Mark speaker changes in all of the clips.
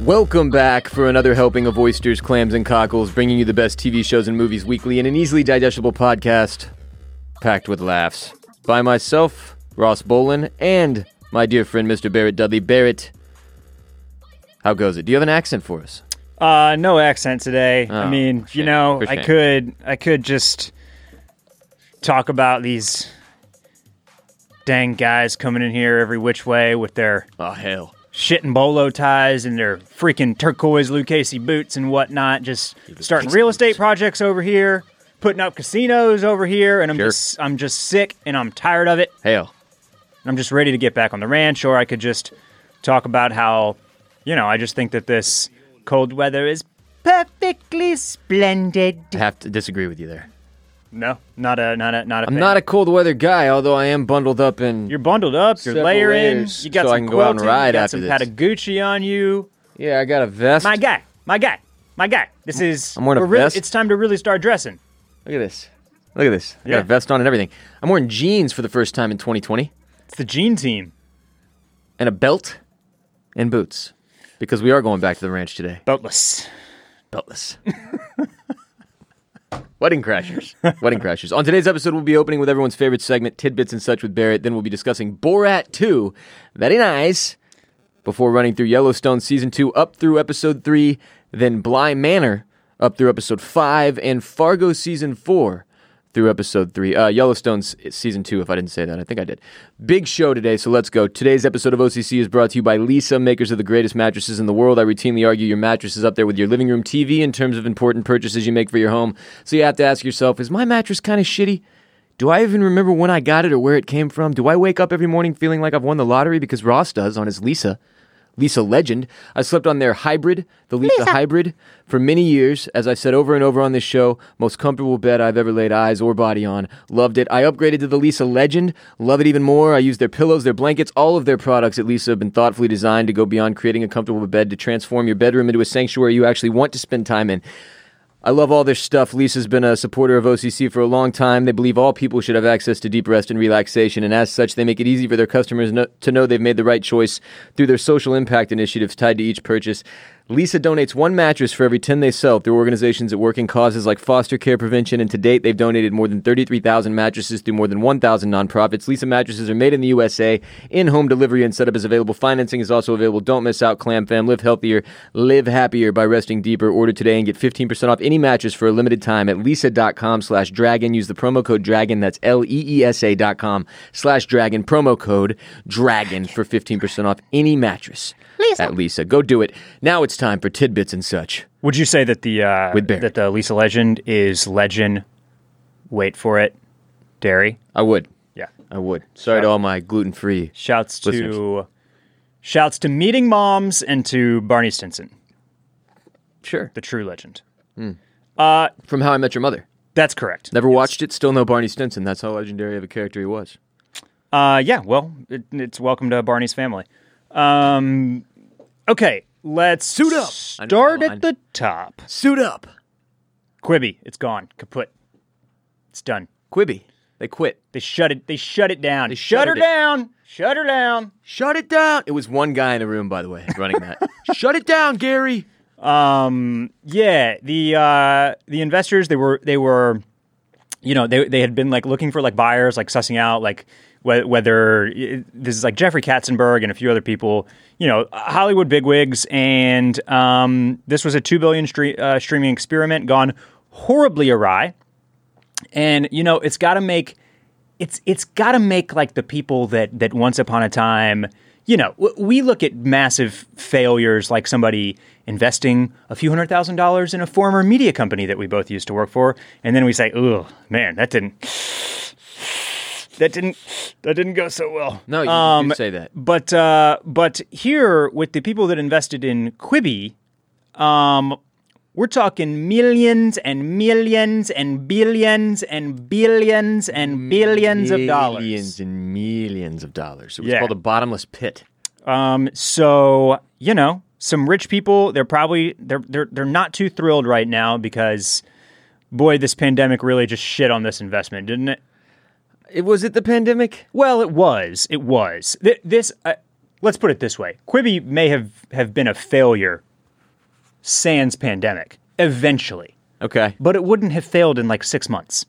Speaker 1: Welcome back for another helping of oysters, clams, and cockles, bringing you the best TV shows and movies weekly in an easily digestible podcast packed with laughs. By myself, Ross Bolin, and my dear friend, Mr. Barrett Dudley. Barrett, how goes it? Do you have an accent for us?
Speaker 2: Uh, no accent today. I mean,
Speaker 1: Oh, shame.
Speaker 2: you know,
Speaker 1: For
Speaker 2: I
Speaker 1: shame.
Speaker 2: could I could just talk about these dang guys coming in here every which way with their
Speaker 1: Oh, hell.
Speaker 2: shit and bolo ties and their freaking turquoise Lucchese boots and whatnot. Just starting real estate projects over here, putting up casinos over here, and I'm
Speaker 1: Sure.
Speaker 2: just I'm just sick and I'm tired of it.
Speaker 1: Hell.
Speaker 2: I'm just ready to get back on the ranch, or I could just talk about how, you know, I just think that this cold weather is perfectly splendid.
Speaker 1: I have to disagree with you there.
Speaker 2: No, not a, not a, not a.
Speaker 1: I'm not a cold weather guy, although I am bundled up in.
Speaker 2: You're bundled up. You're
Speaker 1: Several
Speaker 2: layering.
Speaker 1: layers,
Speaker 2: you got
Speaker 1: so I can
Speaker 2: some
Speaker 1: go out and
Speaker 2: quilting,
Speaker 1: ride
Speaker 2: you got
Speaker 1: after
Speaker 2: some
Speaker 1: this.
Speaker 2: Patagucci on you.
Speaker 1: yeah, I got a vest.
Speaker 2: My guy, my guy, my guy. This is.
Speaker 1: I'm wearing a
Speaker 2: we're really-
Speaker 1: vest.
Speaker 2: It's time to really start dressing.
Speaker 1: Look at this. Look at this. I got
Speaker 2: Yeah.
Speaker 1: a vest on and everything. I'm wearing jeans for the first time in 2020
Speaker 2: It's the Gene Team.
Speaker 1: and a belt and boots because we are going back to the ranch today.
Speaker 2: Boatless.
Speaker 1: Beltless. Wedding Crashers. Wedding Crashers. On today's episode, we'll be opening with everyone's favorite segment, Tidbits and Such with Barrett. Then we'll be discussing Borat 2. Very nice. Before running through Yellowstone Season 2 up through Episode 3, then Bly Manor up through Episode 5, and Fargo Season 4 through Episode 3. Uh, Yellowstone's Season 2, if I didn't say that. I think I did. Big show today, so let's go. Today's episode of OCC is brought to you by Lisa, makers of the greatest mattresses in the world. I routinely argue your mattress is up there with your living room TV in terms of important purchases you make for your home. So you have to ask yourself, is my mattress kind of shitty? Do I even remember when I got it or where it came from? Do I wake up every morning feeling like I've won the lottery because Ross does on his Lisa? Lisa Legend. I slept on their hybrid, the Lisa, hybrid, for many years. As I said over and over on this show, most comfortable bed I've ever laid eyes or body on. Loved it. I upgraded to the Lisa Legend. Love it even more. I use their pillows, their blankets, all of their products at Lisa have been thoughtfully designed to go beyond creating a comfortable bed to transform your bedroom into a sanctuary you actually want to spend time in. I love all their stuff. Lisa's been a supporter of OCC for a long time. They believe all people should have access to deep rest and relaxation, and as such, they make it easy for their customers no- to know they've made the right choice through their social impact initiatives tied to each purchase. Lisa donates one mattress for every 10 they sell through organizations that work in causes like foster care prevention, and to date, they've donated more than 33,000 mattresses through more than 1,000 nonprofits. Lisa mattresses are made in the USA. In home delivery and setup is available. Financing is also available. Don't miss out, Clam Fam. Live healthier, live happier by resting deeper. Order today and get 15% off any mattress for a limited time at lisa.com slash dragon. Use the promo code dragon. That's L E E S A dot com slash dragon. Promo code dragon for 15% off any mattress at Lisa. Go do it. Now it's time for tidbits and such.
Speaker 2: Would you say that the uh,
Speaker 1: With Barry.
Speaker 2: that the Lisa Legend is legend? Wait for it, dairy.
Speaker 1: I would.
Speaker 2: Yeah.
Speaker 1: I would. Sorry to all my gluten free.
Speaker 2: Shouts
Speaker 1: Listeners.
Speaker 2: to shouts to meeting moms and to Barney Stinson,
Speaker 1: Sure.
Speaker 2: the true legend.
Speaker 1: From How I Met Your Mother.
Speaker 2: That's correct.
Speaker 1: Never watched it. Still no Barney Stinson. That's how legendary of a character he was.
Speaker 2: Uh, yeah, well, it, it's welcome to Barney's family. Um, okay, let's
Speaker 1: up.
Speaker 2: suit
Speaker 1: I know the
Speaker 2: Start
Speaker 1: line.
Speaker 2: at the top.
Speaker 1: Suit up,
Speaker 2: Quibby, it's gone. Kaput. It's done.
Speaker 1: Quibby. They quit.
Speaker 2: They shut it. They shut it down. shut her
Speaker 1: shuttered it.
Speaker 2: down. Shut her down.
Speaker 1: Shut it down. It was one guy in a room, by the way, running that. Shut it down, Gary.
Speaker 2: Um, yeah, the uh, the investors they were they were, you know, they they had been like looking for like buyers, like sussing out like whe- whether this is like Jeffrey Katzenberg and a few other people, you know, Hollywood bigwigs, and um, this was a two billion stre- uh, streaming experiment gone horribly awry, and you know, it's got to make it's it's got to make like the people that that once upon a time you know w- we look at massive failures like somebody investing a few hundred thousand dollars in a former media company that we both used to work for and then we say oh man that didn't that didn't that didn't go so well
Speaker 1: No, you,
Speaker 2: Um,
Speaker 1: you say that.
Speaker 2: but uh, but here with the people that invested in Quibi, um, we're talking millions and millions and billions and billions and billions of
Speaker 1: Millions
Speaker 2: dollars.
Speaker 1: and millions of dollars. It was
Speaker 2: Yeah.
Speaker 1: called a bottomless pit.
Speaker 2: Um, so you know, some rich people they're probably they're they're they're not too thrilled right now because boy, this pandemic really just shit on this investment, didn't it?
Speaker 1: It was it the pandemic?
Speaker 2: Well, it was. It was. Th- this. Uh, let's put it this way: Quibi may have have been a failure sans pandemic eventually,
Speaker 1: Okay.
Speaker 2: but it wouldn't have failed in like six months.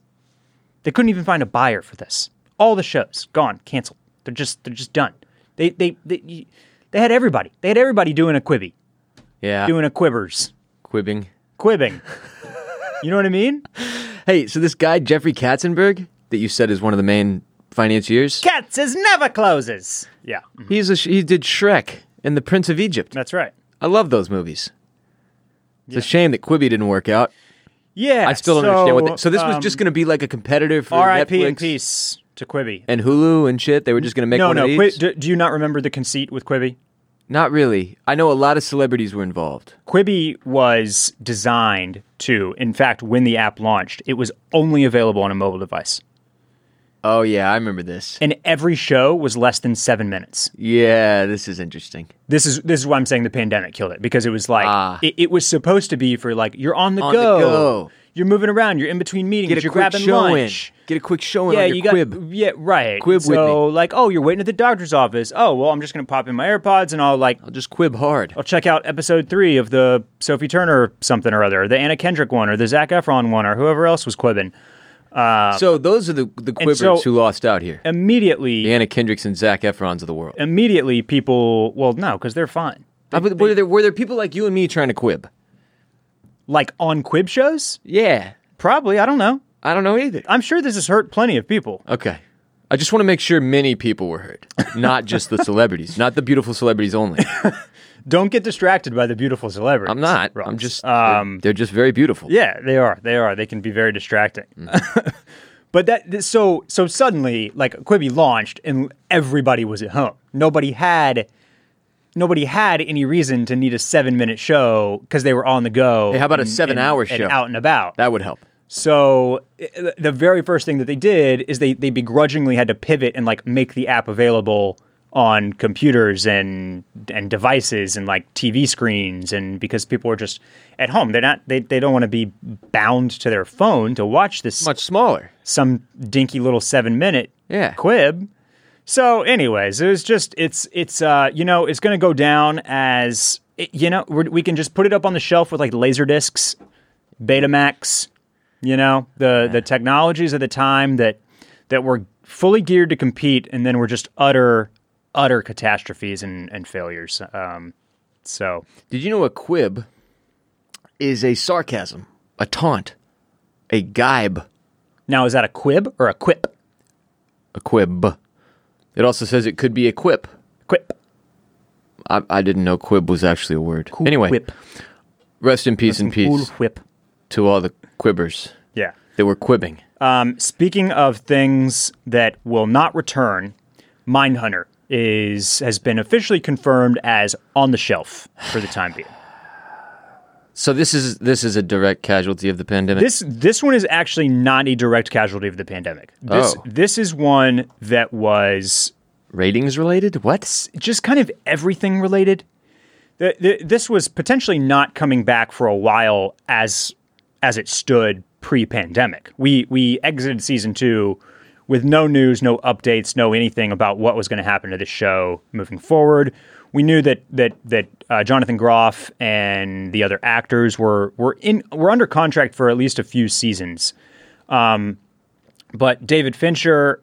Speaker 2: They couldn't even find a buyer for this. All the shows gone, canceled. They're just they're just done. They they they, they had everybody. They had everybody doing a quibby,
Speaker 1: Yeah.
Speaker 2: doing a quibbers,
Speaker 1: Quibbing.
Speaker 2: quibbing. you know what I mean?
Speaker 1: Hey, so this guy Jeffrey Katzenberg that you said is one of the main financiers.
Speaker 2: Cats is never closes. Yeah, mm-hmm.
Speaker 1: He's a, sh- he did Shrek and The Prince of Egypt.
Speaker 2: that's right.
Speaker 1: I love those movies. It's a shame that Quibi didn't work out.
Speaker 2: Yeah,
Speaker 1: I still don't understand what. They, so this was
Speaker 2: um,
Speaker 1: just going to be like a competitor for
Speaker 2: R.I.P.
Speaker 1: Netflix
Speaker 2: in peace to Quibi.
Speaker 1: and Hulu and shit. They were just going to make
Speaker 2: No,
Speaker 1: one
Speaker 2: no.
Speaker 1: of these.
Speaker 2: Qui- do, do you not remember the conceit with Quibi?
Speaker 1: Not really. I know a lot of celebrities were involved.
Speaker 2: Quibi was designed to, in fact, when the app launched, it was only available on a mobile device,
Speaker 1: Oh yeah, I remember this.
Speaker 2: and every show was less than seven minutes.
Speaker 1: Yeah, this is interesting.
Speaker 2: This is this is why I'm saying the pandemic killed it because it was like
Speaker 1: Ah.
Speaker 2: it, it was supposed to be for like you're on the
Speaker 1: On the
Speaker 2: go,
Speaker 1: go.
Speaker 2: you're moving around, you're in between meetings,
Speaker 1: Get a
Speaker 2: you're
Speaker 1: quick
Speaker 2: grabbing
Speaker 1: show
Speaker 2: lunch.
Speaker 1: in. Get a quick show in
Speaker 2: Yeah,
Speaker 1: on your
Speaker 2: you got
Speaker 1: quib.
Speaker 2: yeah right.
Speaker 1: Quib with
Speaker 2: so like, oh, you're waiting at the doctor's office. Oh, well, I'm just gonna pop in my AirPods and I'll like
Speaker 1: I'll just quib hard.
Speaker 2: I'll check out episode three of the Sophie Turner something or other, the Anna Kendrick one, or the Zach Efron one, or whoever else was quibbing.
Speaker 1: so those are the the quibbers
Speaker 2: so-
Speaker 1: who lost out here.
Speaker 2: Immediately,
Speaker 1: The Anna Kendricks and Zach Efrons of the world.
Speaker 2: immediately, people. Well, no, because they're fine.
Speaker 1: Uh, but were, there, were there people like you and me trying to quib?
Speaker 2: Like on quib shows,
Speaker 1: Yeah,
Speaker 2: probably. I don't know.
Speaker 1: I don't know either.
Speaker 2: I'm sure this has hurt plenty of people.
Speaker 1: Okay. I just want to make sure many people were hurt, not just the celebrities, not the beautiful celebrities only.
Speaker 2: Don't get distracted by the beautiful celebrities.
Speaker 1: I'm not.
Speaker 2: Ross.
Speaker 1: I'm just.
Speaker 2: Um,
Speaker 1: they're, they're just very beautiful.
Speaker 2: Yeah, they are. They are. They can be very distracting.
Speaker 1: Mm-hmm.
Speaker 2: but that th- so so suddenly like Quibi launched and everybody was at home. Nobody had nobody had any reason to need a 7-minute show cuz they were on the go.
Speaker 1: Hey, how about a
Speaker 2: and-
Speaker 1: seven-hour
Speaker 2: and-
Speaker 1: show?
Speaker 2: And out and about.
Speaker 1: That would help.
Speaker 2: So i- the very first thing that they did is they they begrudgingly had to pivot and like make the app available on computers and and devices and like TV screens and because people are just at home they're not they, they don't want to be bound to their phone to watch this
Speaker 1: Much smaller.
Speaker 2: some dinky little 7 minute
Speaker 1: Yeah.
Speaker 2: quib so anyways it was just it's it's uh you know it's going to go down as it, you know we're, we can just put it up on the shelf with like laser discs Betamax, you know, the the technologies of the time that that were fully geared to compete and then were just utter utter catastrophes and, and failures. Um, so
Speaker 1: Did you know a quib is a sarcasm, a taunt, a gibe,
Speaker 2: now is that a quib or a quip?
Speaker 1: a quib? It also says it could be a quip.
Speaker 2: Quip.
Speaker 1: I, I didn't know quib was actually a word. anyway,
Speaker 2: Quip.
Speaker 1: rest in peace and peace
Speaker 2: Cool whip.
Speaker 1: to all the quibbers
Speaker 2: Yeah.
Speaker 1: that were quibbing.
Speaker 2: Um, speaking of things that will not return, Mindhunter is has been officially confirmed as on the shelf for the time being.
Speaker 1: So this is this is a direct casualty of the pandemic.
Speaker 2: This this one is actually not a direct casualty of the pandemic. This
Speaker 1: Oh.
Speaker 2: this is one that was
Speaker 1: Ratings related? What?
Speaker 2: just kind of everything related. Th- th- This was potentially not coming back for a while as as it stood pre-pandemic. We we exited season 2 with no news, no updates, no anything about what was going to happen to this show moving forward. We knew that that that uh, Jonathan Groff and the other actors were were in were under contract for at least a few seasons. Um, but David Fincher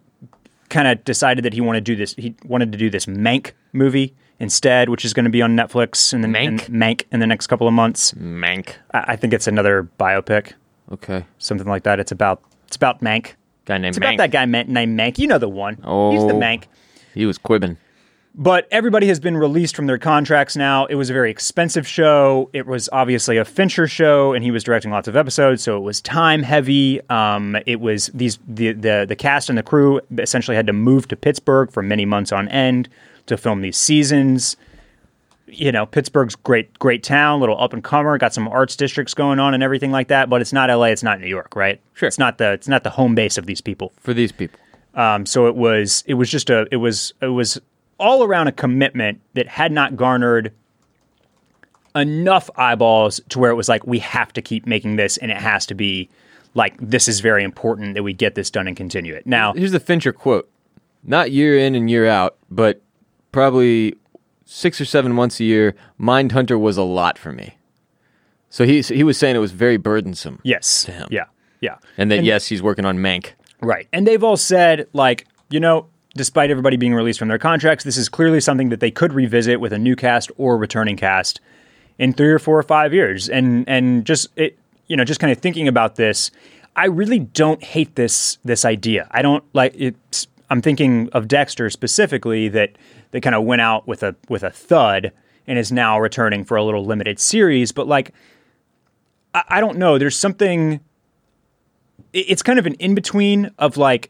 Speaker 2: kind of decided that he wanted to do this. He wanted to do this Mank movie instead, which is going to be on Netflix in the
Speaker 1: Mank?
Speaker 2: in, Mank in the next couple of months.
Speaker 1: Mank.
Speaker 2: I, I think it's another biopic,
Speaker 1: Okay.
Speaker 2: something like that. It's about it's about Mank.
Speaker 1: Guy named
Speaker 2: It's about that guy man- named Mank. You know the one. He's the
Speaker 1: Oh.
Speaker 2: Mank.
Speaker 1: He was quibbing.
Speaker 2: But everybody has been released from their contracts now. It was a very expensive show. It was obviously a Fincher show, and he was directing lots of episodes, so it was time heavy. Um, it was these the, the the cast and the crew essentially had to move to Pittsburgh for many months on end to film these seasons. You know, Pittsburgh's great great town, little up and comer, got some arts districts going on and everything like that. But it's not L.A., it's not New York, right?
Speaker 1: Sure.
Speaker 2: it's not the it's not the home base of these people.
Speaker 1: For these people.
Speaker 2: Um, so it was it was just a it was it was all around a commitment that had not garnered enough eyeballs to where it was like we have to keep making this and it has to be like this is very important that we get this done and continue it. Now
Speaker 1: Here's the Fincher quote. Not year in and year out, but probably six or seven months a year, Mindhunter was a lot for me. So he he was saying it was very burdensome,
Speaker 2: Yes.
Speaker 1: him.
Speaker 2: Yeah. Yeah.
Speaker 1: and that yes, he's working on Mank.
Speaker 2: Right. And they've all said, like, you know, despite everybody being released from their contracts, this is clearly something that they could revisit with a new cast or returning cast in three or four or five years. And and just it you know, just kind of thinking about this, I really don't hate this this idea. I don't like it's I'm thinking of Dexter specifically that that kind of went out with a with a thud and is now returning for a little limited series, but like I, I don't know, there's something it- it's kind of an in between of like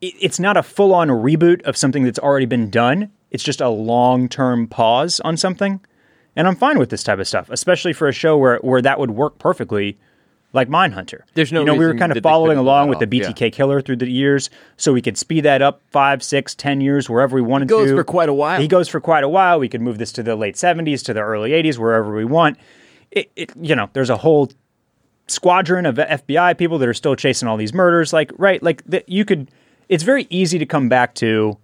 Speaker 2: it- it's not a full on reboot of something that's already been done. It's just a long term pause on something, and I'm fine with this type of stuff, especially for a show where where that would work perfectly, like Mindhunter.
Speaker 1: There's no
Speaker 2: you know we were
Speaker 1: reason
Speaker 2: kind
Speaker 1: that
Speaker 2: of
Speaker 1: they
Speaker 2: following
Speaker 1: couldn't pull
Speaker 2: along
Speaker 1: that
Speaker 2: with the
Speaker 1: off, yeah.
Speaker 2: BTK killer through the years, so we could speed that up five, six, ten years wherever we wanted
Speaker 1: goes
Speaker 2: to.
Speaker 1: for quite a while.
Speaker 2: He goes for quite a while. We could move this to the late '70s, to the early '80s, wherever we want. It, it you know, there's a whole squadron of FBI people that are still chasing all these murders. Like, right, like that you could. It's very easy to come back to,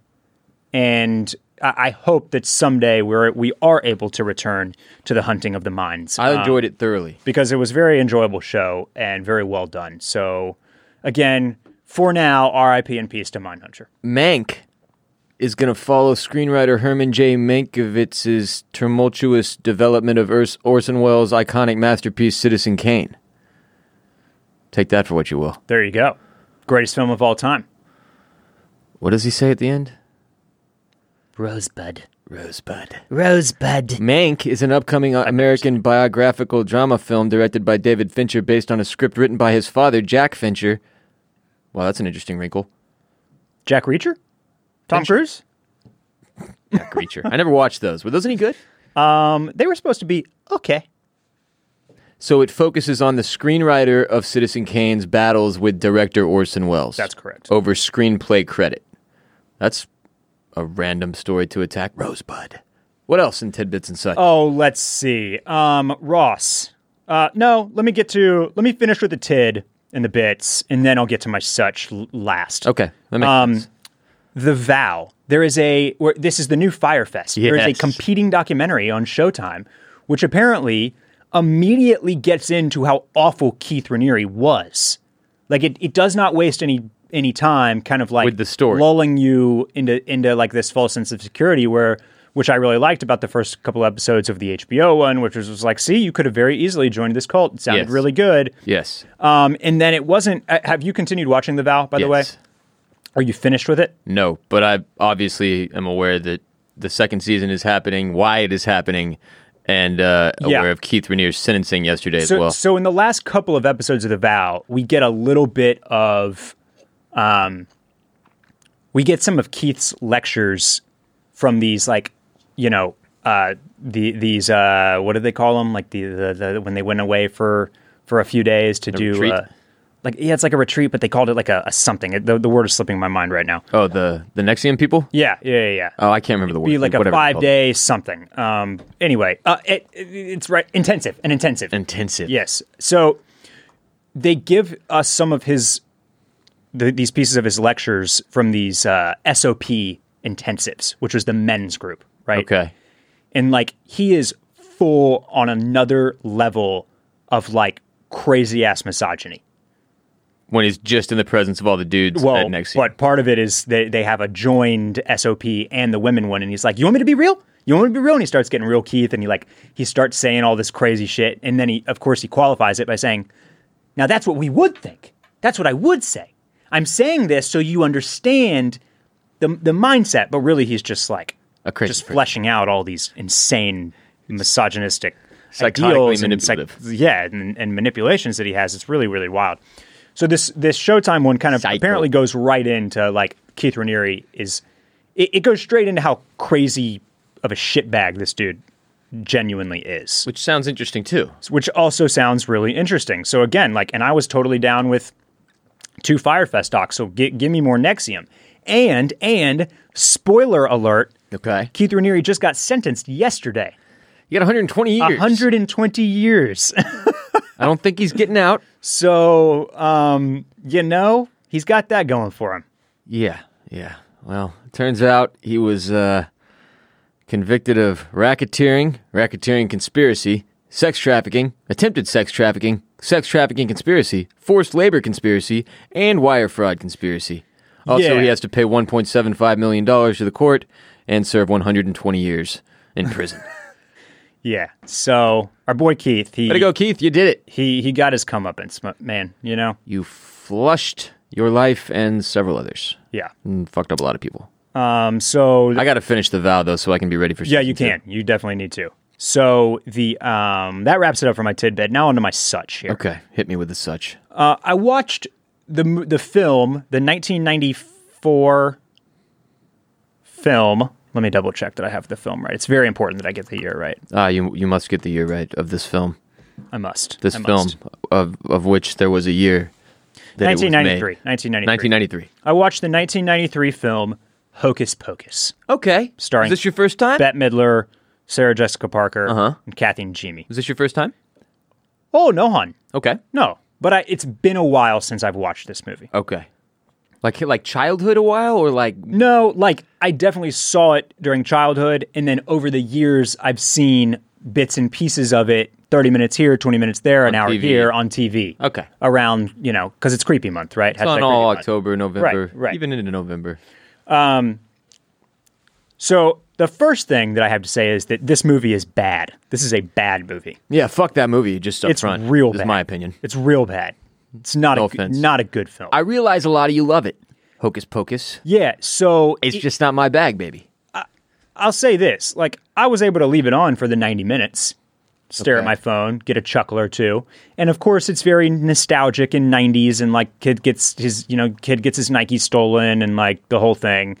Speaker 2: and I, I hope that someday we're we are able to return to the hunting of the mines
Speaker 1: I enjoyed it thoroughly.
Speaker 2: because it was a very enjoyable show and very well done. So, again, for now, R.I.P. and peace to Mindhunter.
Speaker 1: Mank is going to follow screenwriter Herman J. Mankiewicz's tumultuous development of Urs- Orson Welles' iconic masterpiece Citizen Kane. Take that for what you will.
Speaker 2: There you go, greatest film of all time.
Speaker 1: What does he say at the end?
Speaker 3: Rosebud.
Speaker 1: Rosebud.
Speaker 3: Rosebud.
Speaker 1: Mank is an upcoming uh, American biographical drama film directed by David Fincher based on a script written by his father, Jack Fincher. Wow, that's an interesting wrinkle.
Speaker 2: Jack Reacher, Tom Cruise.
Speaker 1: Jack Reacher. I never watched those. Were those any good?
Speaker 2: Um, they were supposed to be okay.
Speaker 1: So it focuses on the screenwriter of Citizen Kane's battles with director Orson Welles.
Speaker 2: That's correct.
Speaker 1: Over screenplay credit. That's a random story to attack Rosebud. What else in tidbits and such?
Speaker 2: Oh, let's see. Um, Ross. Uh, no, let me get to. Let me finish with the tid and the bits, and then I'll get to my such l- last.
Speaker 1: okay, that makes
Speaker 2: um,
Speaker 1: sense.
Speaker 2: The Vow. There is a. where- This is the new Firefest. There is a
Speaker 1: Yes.
Speaker 2: competing documentary on Showtime, which apparently immediately gets into how awful Keith Raniere was. Like it, it does not waste any any time, kind of like
Speaker 1: With the story.
Speaker 2: lulling you into into like this false sense of security, where which I really liked about the first couple episodes of the HBO one, which was, was like, see, you could have very easily joined this cult. It sounded
Speaker 1: Yes.
Speaker 2: really good.
Speaker 1: Yes.
Speaker 2: Um, and then it wasn't. uh, Have you continued watching The Vow? By the way,
Speaker 1: Yes.
Speaker 2: are you finished with it?
Speaker 1: No, but I obviously am aware that the second season is happening, why it is happening, and uh,
Speaker 2: Yeah.
Speaker 1: aware of Keith Raniere's sentencing yesterday
Speaker 2: So,
Speaker 1: as well.
Speaker 2: so in the last couple of episodes of The Vow, we get a little bit of, um, we get some of Keith's lectures from these like, you know, uh, the these uh, what do they call them? Like the, the, the when they went away for for a few days to do.
Speaker 1: retreat?
Speaker 2: Uh, like yeah, it's like a retreat, but they called it like a, a something. It- The, the word is slipping my mind right now.
Speaker 1: oh, the the Nexium people?
Speaker 2: Yeah, yeah, yeah, yeah
Speaker 1: Oh, I can't remember the word.
Speaker 2: be like a
Speaker 1: whatever it's
Speaker 2: five
Speaker 1: called.
Speaker 2: day something. Um, anyway, uh, it, it, it's right intensive and intensive.
Speaker 1: intensive.
Speaker 2: yes, so they give us some of his the, these pieces of his lectures from these uh, SOP intensives, which was the men's group, right?
Speaker 1: Okay.
Speaker 2: and like he is full on another level of like crazy ass misogyny.
Speaker 1: When he's just in the presence of all the dudes
Speaker 2: Well,
Speaker 1: at Nexium.
Speaker 2: but part of it is they, they have a joined SOP and the women one, and he's like, "You want me to be real? You want me to be real?" And he starts getting real Keith, and he like he starts saying all this crazy shit, and then he of course he qualifies it by saying, "Now that's what we would think. That's what I would say. I'm saying this so you understand the the mindset." But really, he's just like
Speaker 1: A crazy
Speaker 2: just
Speaker 1: person.
Speaker 2: fleshing out all these insane misogynistic
Speaker 1: Psychotically
Speaker 2: ideals and psych-
Speaker 1: manipulative.
Speaker 2: yeah, and, and manipulations that he has. It's really really wild. So this this Showtime one kind of
Speaker 1: Psycho.
Speaker 2: apparently goes right into like Keith Raniere is. It, it goes straight into how crazy of a shitbag this dude genuinely is,
Speaker 1: Which sounds interesting too.
Speaker 2: which also sounds really interesting. So again, like, and I was totally down with two Firefest docs. So gi- give me more Nexium, and and spoiler alert,
Speaker 1: Okay.
Speaker 2: Keith Raniere just got sentenced yesterday.
Speaker 1: You got 120 years.
Speaker 2: 120 years.
Speaker 1: I don't think he's getting out.
Speaker 2: so, um, you know, he's got that going for him.
Speaker 1: Yeah. Yeah. Well, it turns out he was uh, convicted of racketeering, racketeering conspiracy, sex trafficking, attempted sex trafficking, sex trafficking conspiracy, forced labor conspiracy, and wire fraud conspiracy. Also,
Speaker 2: Yeah.
Speaker 1: he has to pay $1.75 million to the court and serve 120 years in prison.
Speaker 2: Yeah. So our boy Keith, he
Speaker 1: Way to go, Keith. You did it.
Speaker 2: he he got his comeuppance, m- man. You know.
Speaker 1: You flushed your life and several others.
Speaker 2: Yeah.
Speaker 1: And fucked up a lot of people.
Speaker 2: Um. So
Speaker 1: I got to finish the vow, though, so I can be ready for
Speaker 2: yeah,
Speaker 1: season
Speaker 2: you
Speaker 1: two.
Speaker 2: can. You definitely need to. So the um that wraps it up for my tidbit. Now onto my such here.
Speaker 1: Okay. Hit me with the such.
Speaker 2: Uh, I watched the mo- the film, the 1994 film. Let me double check that I have the film right. It's very important that I get the year right.
Speaker 1: Ah, you, you must get the year right of this film.
Speaker 2: I must.
Speaker 1: This
Speaker 2: I
Speaker 1: film,
Speaker 2: must.
Speaker 1: of, of which there was a year. That it was made.
Speaker 2: 1993.
Speaker 1: 1993.
Speaker 2: 1993. I watched the 1993 film Hocus Pocus.
Speaker 1: Okay.
Speaker 2: Starring
Speaker 1: Is this your first time?
Speaker 2: Bette Midler, Sarah Jessica Parker,
Speaker 1: Uh-huh.
Speaker 2: and Kathy and Jimmy.
Speaker 1: Is this your first time?
Speaker 2: Oh, no, hon.
Speaker 1: Okay.
Speaker 2: No. But I, it's been a while since I've watched this movie.
Speaker 1: Okay. Like like childhood a while or like
Speaker 2: No, like I definitely saw it during childhood. And then over the years, I've seen bits and pieces of it 30 minutes here, 20 minutes there, an hour
Speaker 1: TV.
Speaker 2: here on TV.
Speaker 1: Okay.
Speaker 2: Around, you know, because it's creepy month, right? Hashtag
Speaker 1: on
Speaker 2: creepy
Speaker 1: all
Speaker 2: month.
Speaker 1: October, November,
Speaker 2: Right, right.
Speaker 1: even into November.
Speaker 2: So the first thing that I have to say is that this movie is bad. This is a bad movie.
Speaker 1: Yeah, fuck that movie just up
Speaker 2: It's
Speaker 1: front.
Speaker 2: real
Speaker 1: is
Speaker 2: bad.
Speaker 1: my opinion.
Speaker 2: It's real bad. It's not
Speaker 1: No
Speaker 2: a good,
Speaker 1: offense.
Speaker 2: not a good film.
Speaker 1: I realize a lot of you love it. Hocus Pocus.
Speaker 2: yeah, so
Speaker 1: It's just not my bag, baby.
Speaker 2: I'll say this: like I was able to leave it on for the ninety minutes, stare at
Speaker 1: Okay.
Speaker 2: my phone, get a chuckle or two, and of course it's very nostalgic in nineties and like kid gets his you know kid gets his Nike stolen and like the whole thing,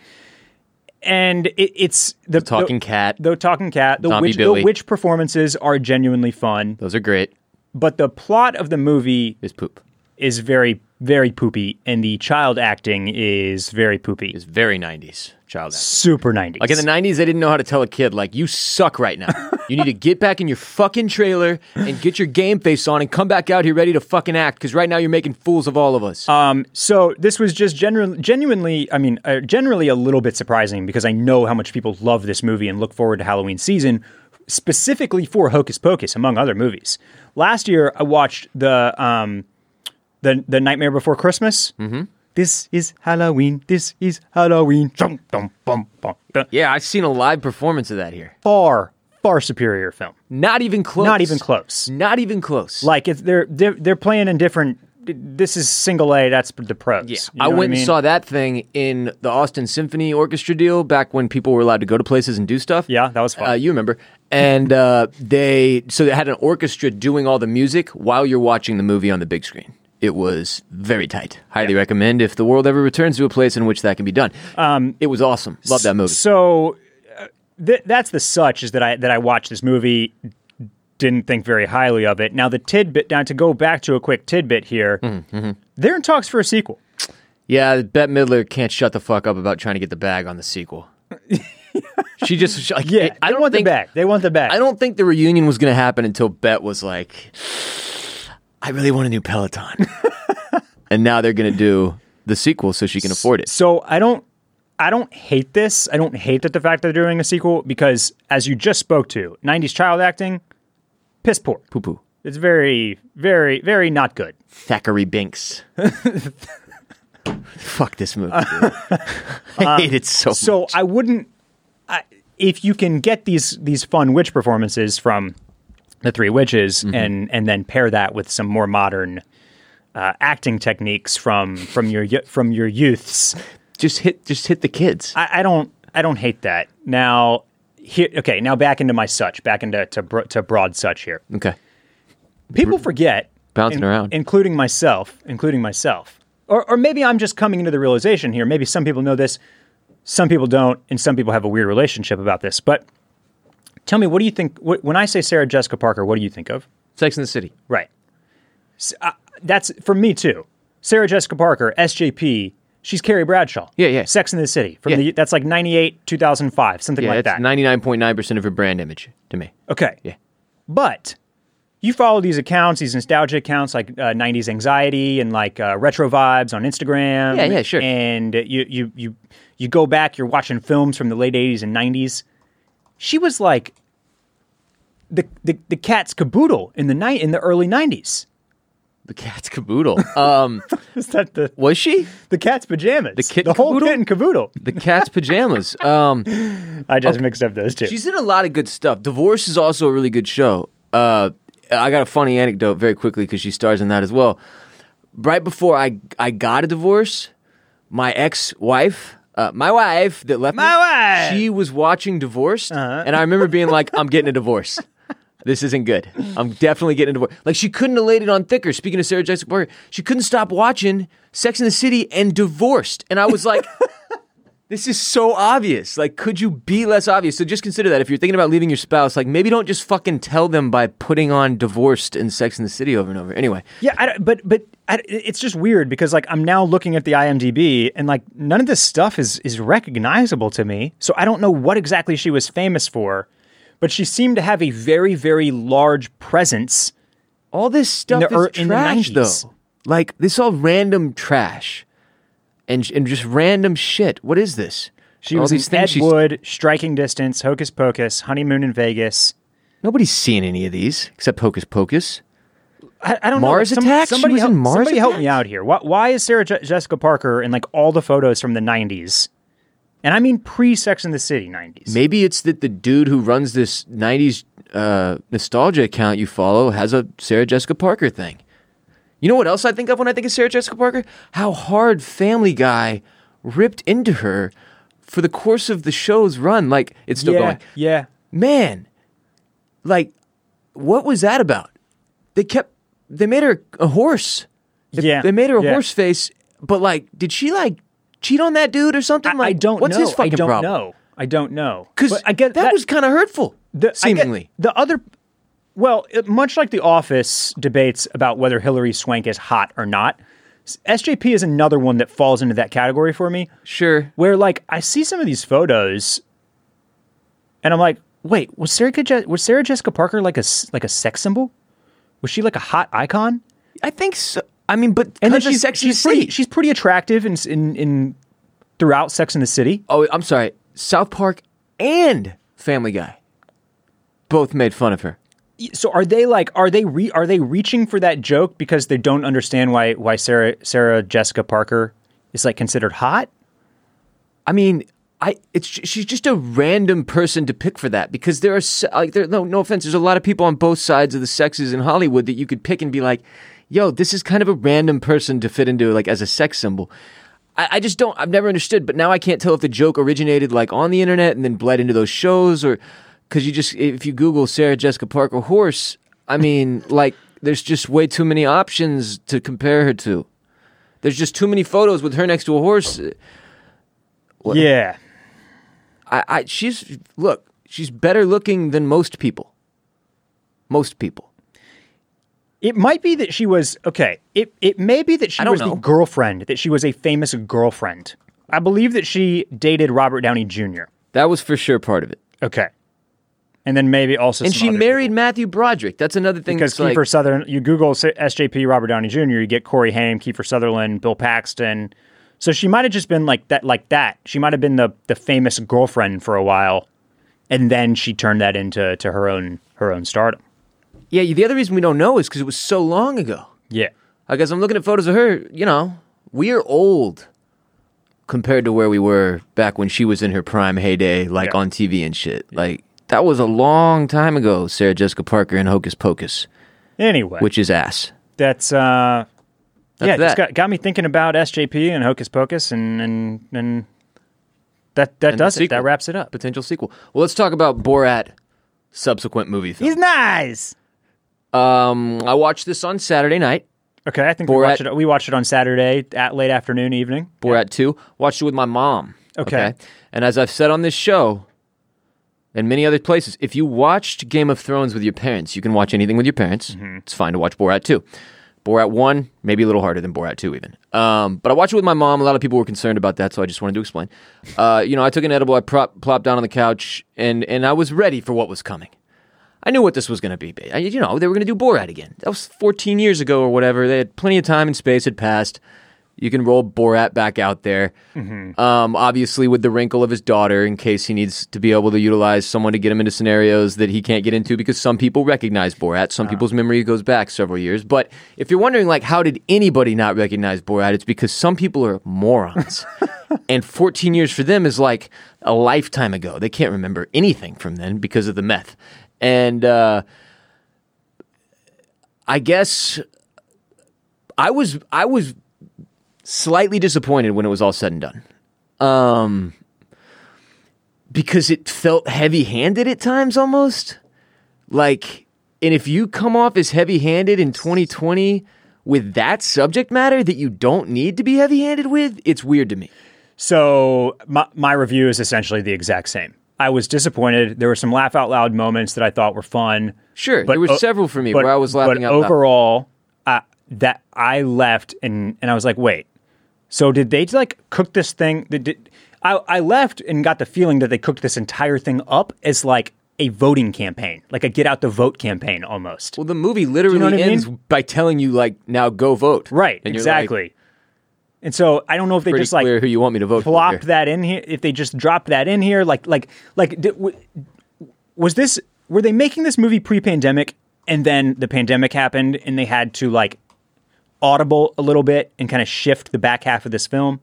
Speaker 2: and it, it's the,
Speaker 1: Talking Cat.
Speaker 2: The talking cat, the
Speaker 1: Zombie
Speaker 2: witch,
Speaker 1: Billy.
Speaker 2: the witch performances are genuinely fun,
Speaker 1: Those are great.
Speaker 2: but the plot of the movie
Speaker 1: It's poop.
Speaker 2: is very, very poopy, and the child acting is very poopy,
Speaker 1: It's very 90s child acting.
Speaker 2: super nineties.
Speaker 1: Like in the 90s, they didn't know how to tell a kid, like, you suck right now. You need to get back in your fucking trailer and get your game face on and come back out here ready to fucking act because right now you're making fools of all of us.
Speaker 2: Um, so this was just general, genuinely, I mean, uh, generally a little bit surprising because I know how much people love this movie and look forward to Halloween season, specifically for Hocus Pocus, among other movies. Last year, I watched the um, the the Nightmare Before Christmas. Mm-hmm. This is Halloween. This is Halloween. Dum, dum, bum, bum, dum.
Speaker 1: yeah, I've seen a live performance of that here.
Speaker 2: Far, far superior film.
Speaker 1: Not even close.
Speaker 2: Not even close.
Speaker 1: Not even close.
Speaker 2: Like it's, they're, they're they're playing in different. This is single A. That's the pros.
Speaker 1: Yeah,
Speaker 2: You know
Speaker 1: I
Speaker 2: what
Speaker 1: went
Speaker 2: mean?
Speaker 1: and saw that thing in the Austin Symphony Orchestra deal back when people were allowed to go to places and do stuff.
Speaker 2: Yeah, that was fun.
Speaker 1: Uh, you remember? And uh, they so they had an orchestra doing all the music while you're watching the movie on the big screen. It was very tight. Highly recommend if the world ever returns to a place in which that can be done. Um, it was awesome. Love that movie.
Speaker 2: So uh, th- that's the such is that I that I watched this movie, didn't think very highly of it. Now the tidbit. Now to go back to a quick tidbit here,
Speaker 1: Mm-hmm,
Speaker 2: they're in talks for a sequel.
Speaker 1: Yeah, Bette Midler can't shut the fuck up about trying to get the bag on the sequel. she just she- like,
Speaker 2: Yeah,
Speaker 1: I
Speaker 2: they
Speaker 1: don't
Speaker 2: want
Speaker 1: think
Speaker 2: the bag. They want the bag.
Speaker 1: I don't think the reunion was going to happen until Bet was like, I really want a new Peloton. and now they're going to do the sequel so she can afford it.
Speaker 2: So I don't. I don't hate this. I don't hate that the fact that they're doing a sequel because, as you just spoke to, '90s child acting, piss poor.
Speaker 1: Poo poo.
Speaker 2: It's very, very, very not good.
Speaker 1: Thackeray Binks. Fuck this movie. dude. I hate it Um, so,
Speaker 2: So
Speaker 1: much.
Speaker 2: I wouldn't. I, if you can get these these fun witch performances from the three witches, and and then pair that with some more modern uh, acting techniques from from your y- from your youths,
Speaker 1: Just hit just hit the kids.
Speaker 2: I, I don't I don't hate that. Now here, okay, now back into my such, back into to bro, to broad such here.
Speaker 1: okay.
Speaker 2: People forget
Speaker 1: Bouncing around.
Speaker 2: including myself, including myself, or or maybe I'm just coming into the realization here. Maybe some people know this, some people don't, and some people have a weird relationship about this. But tell me, what do you think wh- when I say Sarah Jessica Parker? What do you think of?
Speaker 1: Sex in the City.
Speaker 2: Right. S- uh, that's for me too. Sarah Jessica Parker, SJP. She's Carrie Bradshaw.
Speaker 1: Yeah, yeah.
Speaker 2: Sex in the City from
Speaker 1: Yeah.
Speaker 2: the that's like 98, 2005, something
Speaker 1: Yeah,
Speaker 2: like
Speaker 1: that's
Speaker 2: that.
Speaker 1: 99.9% of her brand image to me.
Speaker 2: Okay.
Speaker 1: Yeah.
Speaker 2: But you follow these accounts, these nostalgia accounts like uh, 90s anxiety and like uh, retro vibes on Instagram.
Speaker 1: Yeah, yeah, sure.
Speaker 2: And uh, you you you you go back, you're watching films from the late 80s and 90s. She was like the, the, the cat's caboodle in the night in the early 90s.
Speaker 1: The cat's caboodle. Um,
Speaker 2: Is that the
Speaker 1: was she?
Speaker 2: the cat's pajamas? The
Speaker 1: kit
Speaker 2: the whole
Speaker 1: caboodle?
Speaker 2: kit and caboodle.
Speaker 1: The cat's pajamas. Um,
Speaker 2: I just mixed up those two.
Speaker 1: she's in a lot of good stuff. Divorce is also a really good show. Uh, I got a funny anecdote very quickly because she stars in that as well. Right before I I got a divorce, my ex wife. Uh, my wife that left
Speaker 2: My
Speaker 1: me,
Speaker 2: wife! Uh-huh.
Speaker 1: she was watching Divorced, and I remember being like, "I'm getting a divorce. This isn't good. I'm definitely getting a divorce." Like she couldn't have laid it on thicker. Speaking of Sarah Jessica Parker, she couldn't stop watching Sex in the City and Divorced, and I was like, This is so obvious. Like, could you be less obvious? So just consider that if you're thinking about leaving your spouse, like maybe don't just fucking tell them by putting on divorced and Sex in the City over and over. Anyway,
Speaker 2: Yeah, I don't- but but I, it's just weird because like I'm now looking at the IMDb and like none of this stuff is is recognizable to me. So I don't know what exactly she was famous for, but she seemed to have a very very large presence.
Speaker 1: all this stuff
Speaker 2: the ear-
Speaker 1: is
Speaker 2: in the
Speaker 1: trash
Speaker 2: 90s.
Speaker 1: though. Like this all random trash, and and just random shit. What is this?
Speaker 2: She
Speaker 1: all
Speaker 2: was
Speaker 1: these
Speaker 2: in
Speaker 1: things.
Speaker 2: Ed
Speaker 1: she's-
Speaker 2: Wood, Striking Distance, Hocus Pocus, Honeymoon in Vegas.
Speaker 1: Nobody's seen any of these except Hocus Pocus.
Speaker 2: I, I don't
Speaker 1: Mars
Speaker 2: know. like,
Speaker 1: Attacks? She
Speaker 2: Somebody,
Speaker 1: was in
Speaker 2: help-
Speaker 1: Mars
Speaker 2: somebody help me out here. Why, why is Sarah Je- Jessica Parker in like all the photos from the '90s? And I mean pre-Sex in the City '90s.
Speaker 1: Maybe it's that the dude who runs this '90s uh, nostalgia account you follow has a Sarah Jessica Parker thing. You know what else I think of when I think of Sarah Jessica Parker? How hard Family Guy ripped into her for the course of the show's run. Like it's still
Speaker 2: yeah,
Speaker 1: going,
Speaker 2: yeah.
Speaker 1: man. Like, what was that about? They kept they made her a horse. They,
Speaker 2: Yeah,
Speaker 1: they made her a
Speaker 2: yeah.
Speaker 1: horse face. But like, did she like cheat on that dude or something?
Speaker 2: I-
Speaker 1: like,
Speaker 2: I don't
Speaker 1: what's
Speaker 2: know.
Speaker 1: his fucking
Speaker 2: I don't
Speaker 1: problem?
Speaker 2: know. I don't know.
Speaker 1: Because
Speaker 2: But I get
Speaker 1: that, was kind of hurtful,
Speaker 2: the, I get-
Speaker 1: seemingly.
Speaker 2: the other. Well, it, much like the Office debates about whether Hillary Swank is hot or not, s- SJP is another one that falls into that category for me.
Speaker 1: Sure.
Speaker 2: Where like I see some of these photos, and I'm like, wait, was Sarah Je- was Sarah Jessica Parker like a s- like a sex symbol? Was she like a hot icon?
Speaker 1: I think so. I mean, but
Speaker 2: And then
Speaker 1: Kinda
Speaker 2: she's
Speaker 1: Sex and the
Speaker 2: she's pretty
Speaker 1: City.
Speaker 2: she's pretty attractive in s- in, in throughout Sex in the City.
Speaker 1: oh, I'm sorry. South Park and Family Guy both made fun of her.
Speaker 2: so are they like are they re- are they reaching for that joke because they don't understand why why Sarah Sarah Jessica Parker is like considered hot?
Speaker 1: I mean, I it's she's just a random person to pick for that because there are s- like there no no offense, there's a lot of people on both sides of the sexes in Hollywood that you could pick and be like, yo, this is kind of a random person to fit into like as a sex symbol. I, I just don't. I've never understood, but now I can't tell if the joke originated like on the internet and then bled into those shows or because you just if you Google Sarah Jessica Parker horse, I mean, like there's just way too many options to compare her to. There's just too many photos with her next to a horse.
Speaker 2: Yeah.
Speaker 1: I, I she's look, she's better looking than most people. Most people.
Speaker 2: It might be that she was okay. It it may be that she
Speaker 1: I don't
Speaker 2: was
Speaker 1: know.
Speaker 2: the girlfriend, that she was a famous girlfriend. I believe that she dated Robert Downey Jr.
Speaker 1: That was for sure part of it.
Speaker 2: Okay. And then maybe also
Speaker 1: And
Speaker 2: some
Speaker 1: she
Speaker 2: other
Speaker 1: married
Speaker 2: people.
Speaker 1: Matthew Broderick. That's another thing
Speaker 2: because
Speaker 1: that's Mm, like,
Speaker 2: Kiefer Sutherland. You Google S- SJP Robert Downey Jr. You get Corey Haim, Kiefer Sutherland, Bill Paxton. So she might have just been like that, like that. She might have been the the famous girlfriend for a while, and then she turned that into to her own her own stardom.
Speaker 1: yeah. The other reason we don't know is because it was so long ago.
Speaker 2: Yeah,
Speaker 1: I guess I'm looking at photos of her. You know, we are old compared to where we were back when she was in her prime heyday, like
Speaker 2: Yeah.
Speaker 1: on TV and shit. Like that was a long time ago. Sarah Jessica Parker and Hocus Pocus,
Speaker 2: Anyway,
Speaker 1: which is ass.
Speaker 2: that's uh,
Speaker 1: that.
Speaker 2: yeah, just got got me thinking about SJP and Hocus Pocus, and and and that that
Speaker 1: the
Speaker 2: does it.
Speaker 1: sequel.
Speaker 2: That wraps it up.
Speaker 1: Potential sequel. Well, let's talk about Borat subsequent movie films.
Speaker 2: He's nice.
Speaker 1: Um, I watched this on Saturday night.
Speaker 2: Okay, I think we
Speaker 1: Borat-
Speaker 2: watched it. We watched it on Saturday at late afternoon, evening.
Speaker 1: Borat two. Watched it with my mom.
Speaker 2: Okay.
Speaker 1: And as I've said on this show, and many other places, if you watched Game of Thrones with your parents, you can watch anything with your parents.
Speaker 2: Mm-hmm.
Speaker 1: It's fine to watch Borat two. Borat one, maybe a little harder than Borat two, even. Um, but I watched it with my mom. A lot of people were concerned about that, so I just wanted to explain. Uh, you know, I took an edible. I prop, plopped down on the couch, and and I was ready for what was coming. I knew what this was going to be. ba- I- You know, they were going to do Borat again. That was 14 years ago or whatever. They had plenty of time and space had passed. You can roll Borat back out there. Um, obviously, with the wrinkle of his daughter, in case he needs to be able to utilize someone to get him into scenarios that he can't get into because some people recognize Borat. Some people's memory goes back several years. But if you're wondering, like, how did anybody not recognize Borat? It's because some people are morons. and 14 years for them is like a lifetime ago. They can't remember anything from then because of the meth. And uh, I guess I was I was slightly disappointed when it was all said and done, um, because it felt heavy-handed at times almost. Like, and if you come off as heavy-handed in 2020 with that subject matter that you don't need to be heavy-handed with, it's weird to me.
Speaker 2: So my, my review is essentially the exact same. I was disappointed. There were some laugh out loud moments that I thought were fun.
Speaker 1: Sure, there were several for me
Speaker 2: but-
Speaker 1: where I was laughing
Speaker 2: but
Speaker 1: out loud.
Speaker 2: overall, uh, that I left and and I was like, wait. So did they like cook this thing? Did, did, I I left and got the feeling that they cooked this entire thing up as like a voting campaign, like a get out the vote campaign almost.
Speaker 1: Well, the movie literally
Speaker 2: what I mean?
Speaker 1: ends by telling you like, now go vote.
Speaker 2: right,
Speaker 1: And you're like,
Speaker 2: exactly. and so I don't know if they
Speaker 1: pretty
Speaker 2: just like
Speaker 1: clear who you want me to vote for.
Speaker 2: plopped
Speaker 1: here.
Speaker 2: that in here if they just dropped that in here like like like did, w- was this were they making this movie pre-pandemic and then the pandemic happened and they had to like audible a little bit and kind of shift the back half of this film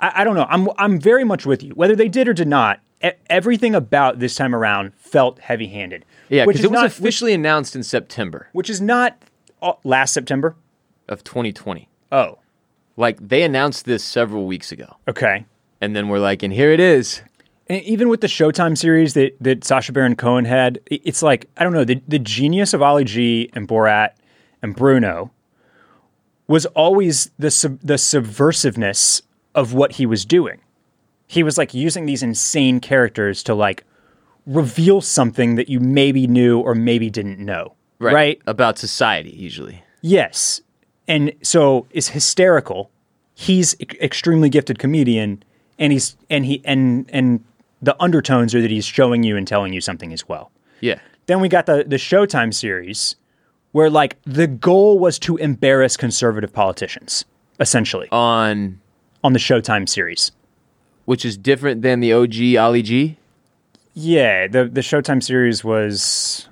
Speaker 2: I, I don't know i'm i'm very much with you whether they did or did not e- everything about this time around felt heavy-handed
Speaker 1: Yeah,
Speaker 2: which
Speaker 1: because
Speaker 2: is
Speaker 1: it was
Speaker 2: not which,
Speaker 1: officially announced in September
Speaker 2: which is not uh, last september
Speaker 1: of 2020.
Speaker 2: oh
Speaker 1: Like they announced this several weeks ago,
Speaker 2: okay
Speaker 1: and then we're like, and here it is.
Speaker 2: And even with the Showtime series that that Sasha Baron Cohen had, i- it's like I don't know the the genius of Ali G and Borat and Bruno was always the sub, the subversiveness of what he was doing. He was like using these insane characters to like reveal something that you maybe knew or maybe didn't know. right?
Speaker 1: about society usually.
Speaker 2: Yes. And so is hysterical. He's e- extremely gifted comedian and he's and he and and the undertones are that he's showing you and telling you something as well.
Speaker 1: Yeah,
Speaker 2: Then we got the the Showtime series where like the goal was to embarrass conservative politicians essentially
Speaker 1: on
Speaker 2: on the Showtime series.
Speaker 1: which is different than the OG Ali G.
Speaker 2: Yeah, the the Showtime series was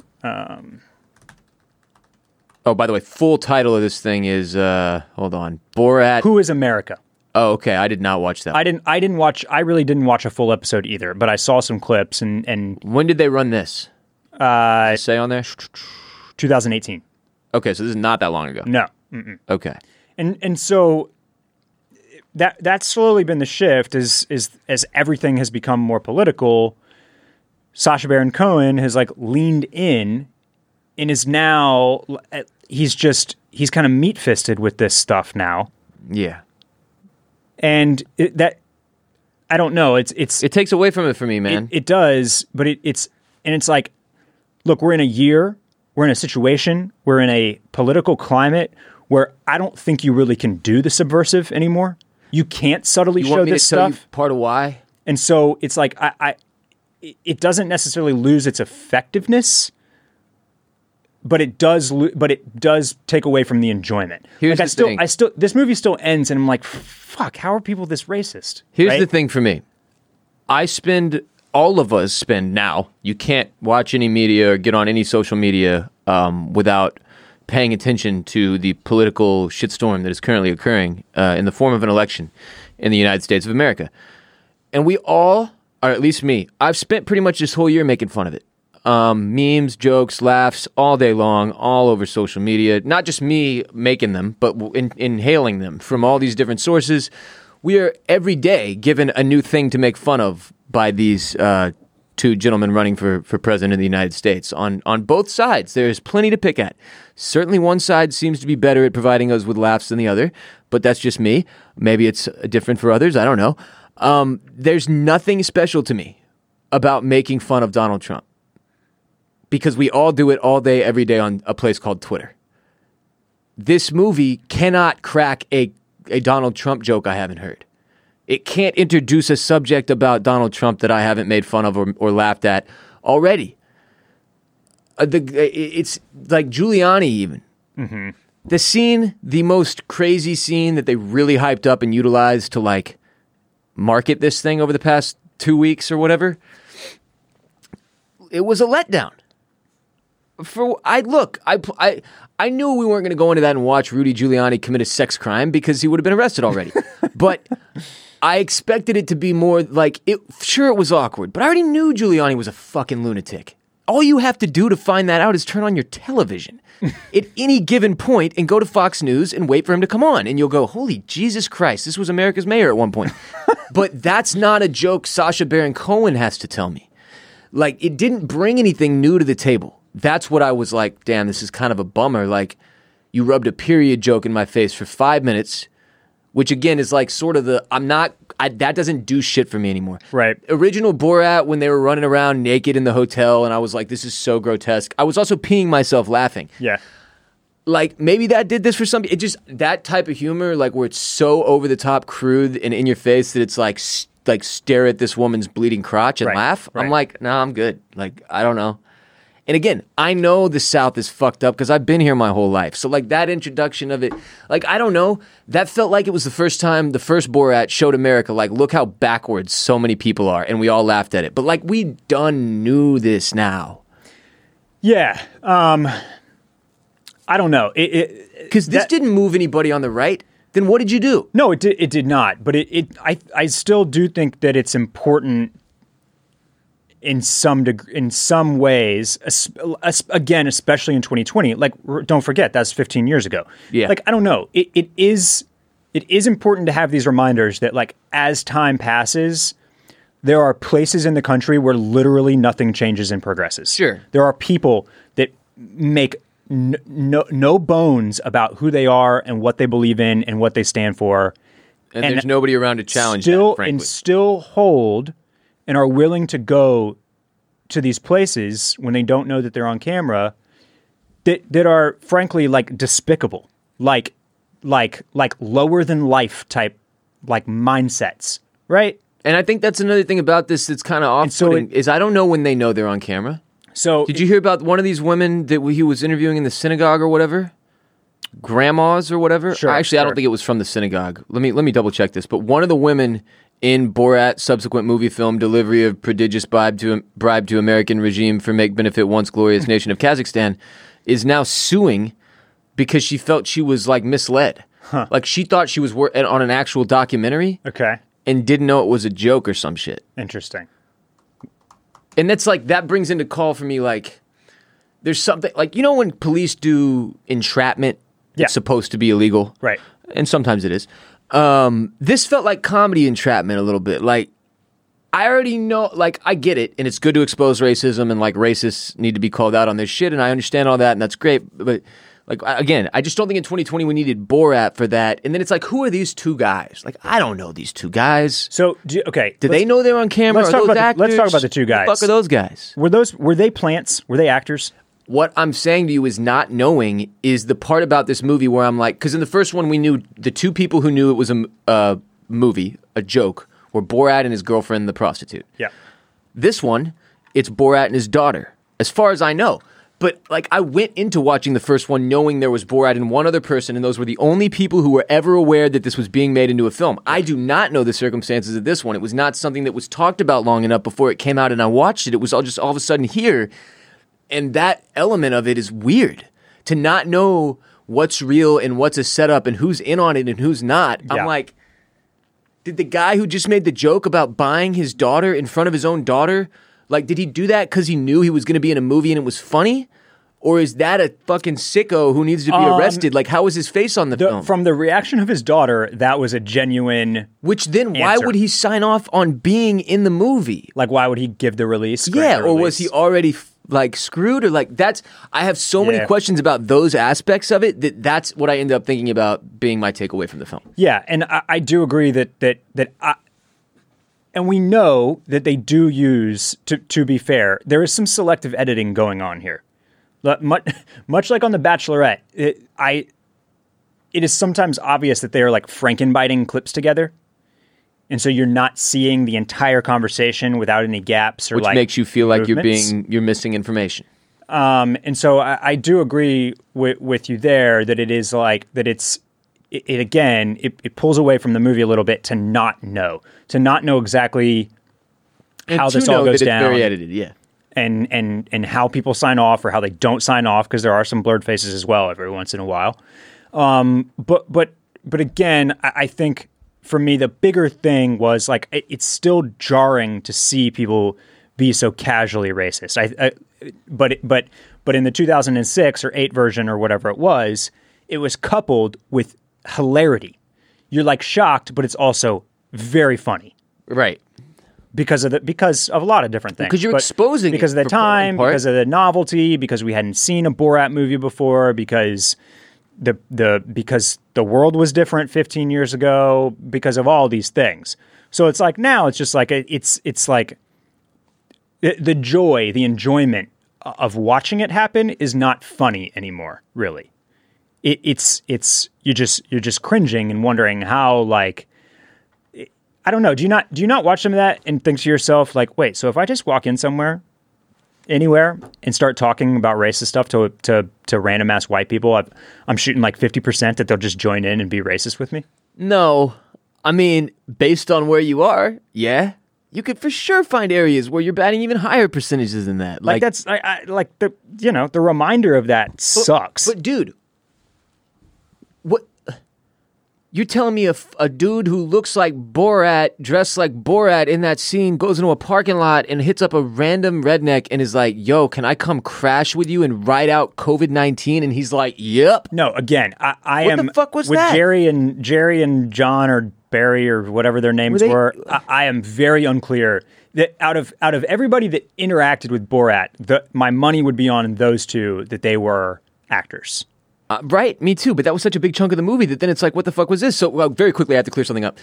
Speaker 1: Oh, by the way, full title of this thing is uh, hold on, Borat.
Speaker 2: Who is America?
Speaker 1: Oh, okay, I did not watch that.
Speaker 2: I didn't I didn't watch I really didn't watch a full episode either, but I saw some clips and and
Speaker 1: when did they run this? Uh, say on there.
Speaker 2: 2018.
Speaker 1: Okay, so this is not that long ago.
Speaker 2: No. Mm.
Speaker 1: Okay.
Speaker 2: and and so that that's slowly been the shift is is as everything has become more political Sasha Baron Cohen has like leaned in and is now eh, he's just he's kind of meat fisted with this stuff now
Speaker 1: Yeah.
Speaker 2: and it, that I don't know it's it's
Speaker 1: It takes away from it for me, man.
Speaker 2: it does, but it, it's and it's like, look, we're in a year, we're in a situation, we're in a political climate where I don't think you really can do the subversive anymore. You can't subtly
Speaker 1: you
Speaker 2: show
Speaker 1: want me to
Speaker 2: this
Speaker 1: tell
Speaker 2: stuff,
Speaker 1: you part of why?
Speaker 2: and so it's like I, I, it- it doesn't necessarily lose its effectiveness. But it does, lo- but it does take away from the enjoyment.
Speaker 1: Here's
Speaker 2: like I
Speaker 1: the
Speaker 2: still,
Speaker 1: thing.
Speaker 2: I still, this movie still ends, and I'm like, fuck, how are people this racist?
Speaker 1: Here's
Speaker 2: Right?
Speaker 1: the thing for me. I spend all of us spend now. You can't watch any media or get on any social media um, without paying attention to the political shitstorm that is currently occurring uh, in the form of an election in the United States of America. And we all, or at least me, I've spent pretty much this whole year making fun of it. Um, memes, jokes, laughs, all day long, all over social media. Not just me making them, but w- in- inhaling them from all these different sources. We are every day given a new thing to make fun of by these uh, two gentlemen running for, for president of the United States. On, on both sides, there is plenty to pick at. Certainly, one side seems to be better at providing us with laughs than the other, but that's just me. Maybe it's different for others. I don't know. Um, there's nothing special to me about making fun of Donald Trump because we all do it all day, every day on a place called Twitter. This movie cannot crack a, a Donald Trump joke I haven't heard. It can't introduce a subject about Donald Trump that I haven't made fun of or, or laughed at uh, already. Uh, the, it's like Giuliani, even. the scene, the most crazy scene that they really hyped up and utilized to like market this thing over the past two weeks or whatever, it was a letdown. For I look, I I I knew we weren't going to go into that and watch Rudy Giuliani commit a sex crime because he would have been arrested already. but I expected it to be more like it. Sure, it was awkward, but I already knew Giuliani was a fucking lunatic. All you have to do to find that out is turn on your television at any given point and go to Fox News and wait for him to come on. And you'll go, Holy Jesus Christ, this was America's mayor at one point. but that's not a joke Sasha Baron Cohen has to tell me. Like, it didn't bring anything new to the table. That's what I was like, damn, this is kind of a bummer. Like, you rubbed a period joke in my face for five minutes, which again is like sort of the I'm not, I, that doesn't do shit for me anymore
Speaker 2: Right.
Speaker 1: original Borat when they were running around naked in the hotel, and I was like, this is so grotesque. I was also peeing myself laughing.
Speaker 2: Yeah.
Speaker 1: Like maybe that did this for some. It just that type of humor, like where it's so over the top, crude, and in your face that it's like s like stare at this woman's bleeding crotch and
Speaker 2: Right,
Speaker 1: laugh. I'm
Speaker 2: right.
Speaker 1: like, no, I'm good. Like I don't know. And again, I know the South is fucked up because I've been here my whole life. So like that introduction of it, like I don't know, that felt like it was the first time the first Borat showed America like look how backwards so many people are, and we all laughed at it. But like we done knew this now.
Speaker 2: Yeah. Um, I don't know. It, it
Speaker 1: Because this
Speaker 2: That-
Speaker 1: didn't move anybody on the right. Then what did you do?
Speaker 2: no, it did. It did not. But it, it I I still do think that it's important in some deg- in some ways. es- es- Again, especially in 2020. Like, r- don't forget that's 15 years ago.
Speaker 1: Yeah.
Speaker 2: Like, I don't know. It it is it is important to have these reminders that like as time passes. There are places in the country where literally nothing changes and progresses.
Speaker 1: Sure.
Speaker 2: There are people that make n- no, no bones about who they are and what they believe in and what they stand for.
Speaker 1: and,
Speaker 2: And
Speaker 1: there's nobody around to challenge
Speaker 2: still
Speaker 1: that, frankly.
Speaker 2: and still hold and are willing to go to these places when they don't know that they're on camera that that are frankly like despicable. Like like like lower than life type like mindsets, right?
Speaker 1: and I think that's another thing about this that's kind of
Speaker 2: so
Speaker 1: off-putting is I don't know when they know they're on camera.
Speaker 2: So
Speaker 1: Did you hear about one of these women that he was interviewing in the synagogue or whatever? Grandmas or whatever?
Speaker 2: Sure,
Speaker 1: Actually, I don't
Speaker 2: sure.
Speaker 1: think it was from the synagogue. Let me let me double check this. But one of the women in Borat's subsequent movie film delivery of prodigious bribe to bribe to American regime for make benefit once glorious nation of Kazakhstan is now suing because she felt she was like misled. Like she thought she was wor- on an actual documentary
Speaker 2: Okay.
Speaker 1: and didn't know it was a joke or some shit
Speaker 2: Interesting.
Speaker 1: and that's like that brings into call for me like there's something like you know when police do entrapment
Speaker 2: Yeah.
Speaker 1: it's supposed to be illegal
Speaker 2: Right.
Speaker 1: and sometimes it is um this felt like comedy entrapment a little bit like i already know like i get it and it's good to expose racism and like racists need to be called out on their shit and i understand all that and that's great but like I- again i just don't think in 2020 we needed borat for that and then it's like who are these two guys like i don't know these two guys
Speaker 2: So, do you, okay.
Speaker 1: do they know they're on camera?
Speaker 2: let's
Speaker 1: Are
Speaker 2: talk
Speaker 1: those
Speaker 2: about the- let's talk
Speaker 1: actors?
Speaker 2: about the two
Speaker 1: Who
Speaker 2: guys.
Speaker 1: The fuck are those guys?
Speaker 2: Were those were they plants? Were they actors?
Speaker 1: what I'm saying to you is not knowing is the part about this movie where I'm like, because in the first one we knew the two people who knew it was a m- a movie, a joke, were Borat and his girlfriend, the prostitute.
Speaker 2: Yeah.
Speaker 1: This one, it's Borat and his daughter, as far as I know. But like, I went into watching the first one knowing there was Borat and one other person, and those were the only people who were ever aware that this was being made into a film. I do not know the circumstances of this one. It was not something that was talked about long enough before it came out, and I watched it. It was all just all of a sudden here, and that element of it is weird to not know what's real and what's a setup and who's in on it and who's not.
Speaker 2: Yeah.
Speaker 1: I'm like, did the guy who just made the joke about buying his daughter in front of his own daughter, like, did he do that because he knew he was going to be in a movie and it was funny? Or is that a fucking sicko who needs to be arrested? Like, how is his face on the,
Speaker 2: Um, The-
Speaker 1: film?
Speaker 2: From the reaction of his daughter, that was a genuine
Speaker 1: Which then, why
Speaker 2: Answer.
Speaker 1: would he sign off on being in the movie?
Speaker 2: like why would he give the release?
Speaker 1: Yeah,
Speaker 2: grant the
Speaker 1: or was he
Speaker 2: release?
Speaker 1: already f- like screwed or like that's I have so many
Speaker 2: Yeah.
Speaker 1: questions about those aspects of it that that's what I end up thinking about being my takeaway from the film.
Speaker 2: Yeah, and I, I do agree that that that I and we know that they do use to to be fair, there is some selective editing going on here. But much, much like on The Bachelorette, it, I it is sometimes obvious that they are like frankenbiting clips together. And so you're not seeing the entire conversation without any gaps or
Speaker 1: Which
Speaker 2: like
Speaker 1: makes you feel like you're
Speaker 2: movements.
Speaker 1: being you're missing information.
Speaker 2: Um, and so I, I do agree with, with you there that it is like that it's it, it again it, it pulls away from the movie a little bit to not know to not know exactly
Speaker 1: And
Speaker 2: How
Speaker 1: to
Speaker 2: this all
Speaker 1: know
Speaker 2: goes
Speaker 1: that it's
Speaker 2: down.
Speaker 1: very edited. Yeah.
Speaker 2: and and and how people sign off or how they don't sign off because there are some blurred faces as well every once in a while. Um, but but but again, I, I think for me the bigger thing was like it, it's still jarring to see people be so casually racist. I, I but it- but but in the 2006 or eight version or whatever it was, it was coupled with hilarity. You're like shocked, but it's also very funny
Speaker 1: Right.
Speaker 2: because of the because of a lot of different things.
Speaker 1: 'cause you're
Speaker 2: But
Speaker 1: exposing
Speaker 2: because
Speaker 1: it
Speaker 2: of the
Speaker 1: for part-
Speaker 2: time,
Speaker 1: part.
Speaker 2: because of the novelty, because we hadn't seen a Borat movie before, because the the because the world was different 15 years ago, because of all these things. So it's like now it's just like it- it's it's like the, the joy, the enjoyment of watching it happen is not funny anymore, really. It, it's it's you just you're just cringing and wondering how like I don't know. Do you not do you not watch some of that and think to yourself like, wait, so if I just walk in somewhere, anywhere, and start talking about racist stuff to to to random ass white people, I've, I'm shooting like fifty percent that they'll just join in and be racist with me.
Speaker 1: No, I mean, based on where you are, yeah, you could for sure find areas where you're batting even higher percentages than that.
Speaker 2: Like, that's I, I, like the you know the reminder of that sucks.
Speaker 1: But dude, what? You're telling me a, f- a dude who looks like Borat, dressed like Borat in that scene, goes into a parking lot and hits up a random redneck and is like, "Yo, can I come crash with you and ride out COVID 19?" And he's like, "Yep."
Speaker 2: no, again, I, I
Speaker 1: What the
Speaker 2: am
Speaker 1: fuck was
Speaker 2: with
Speaker 1: that?
Speaker 2: Jerry and Jerry and John or Barry or whatever their names
Speaker 1: they-
Speaker 2: were. I, I am very unclear that out of out of everybody that interacted with Borat, the, my money would be on those two that they were actors.
Speaker 1: Uh, right, me too. But that was such a big chunk of the movie that then it's like, what the fuck was this? So, well, very quickly, I have to clear something up.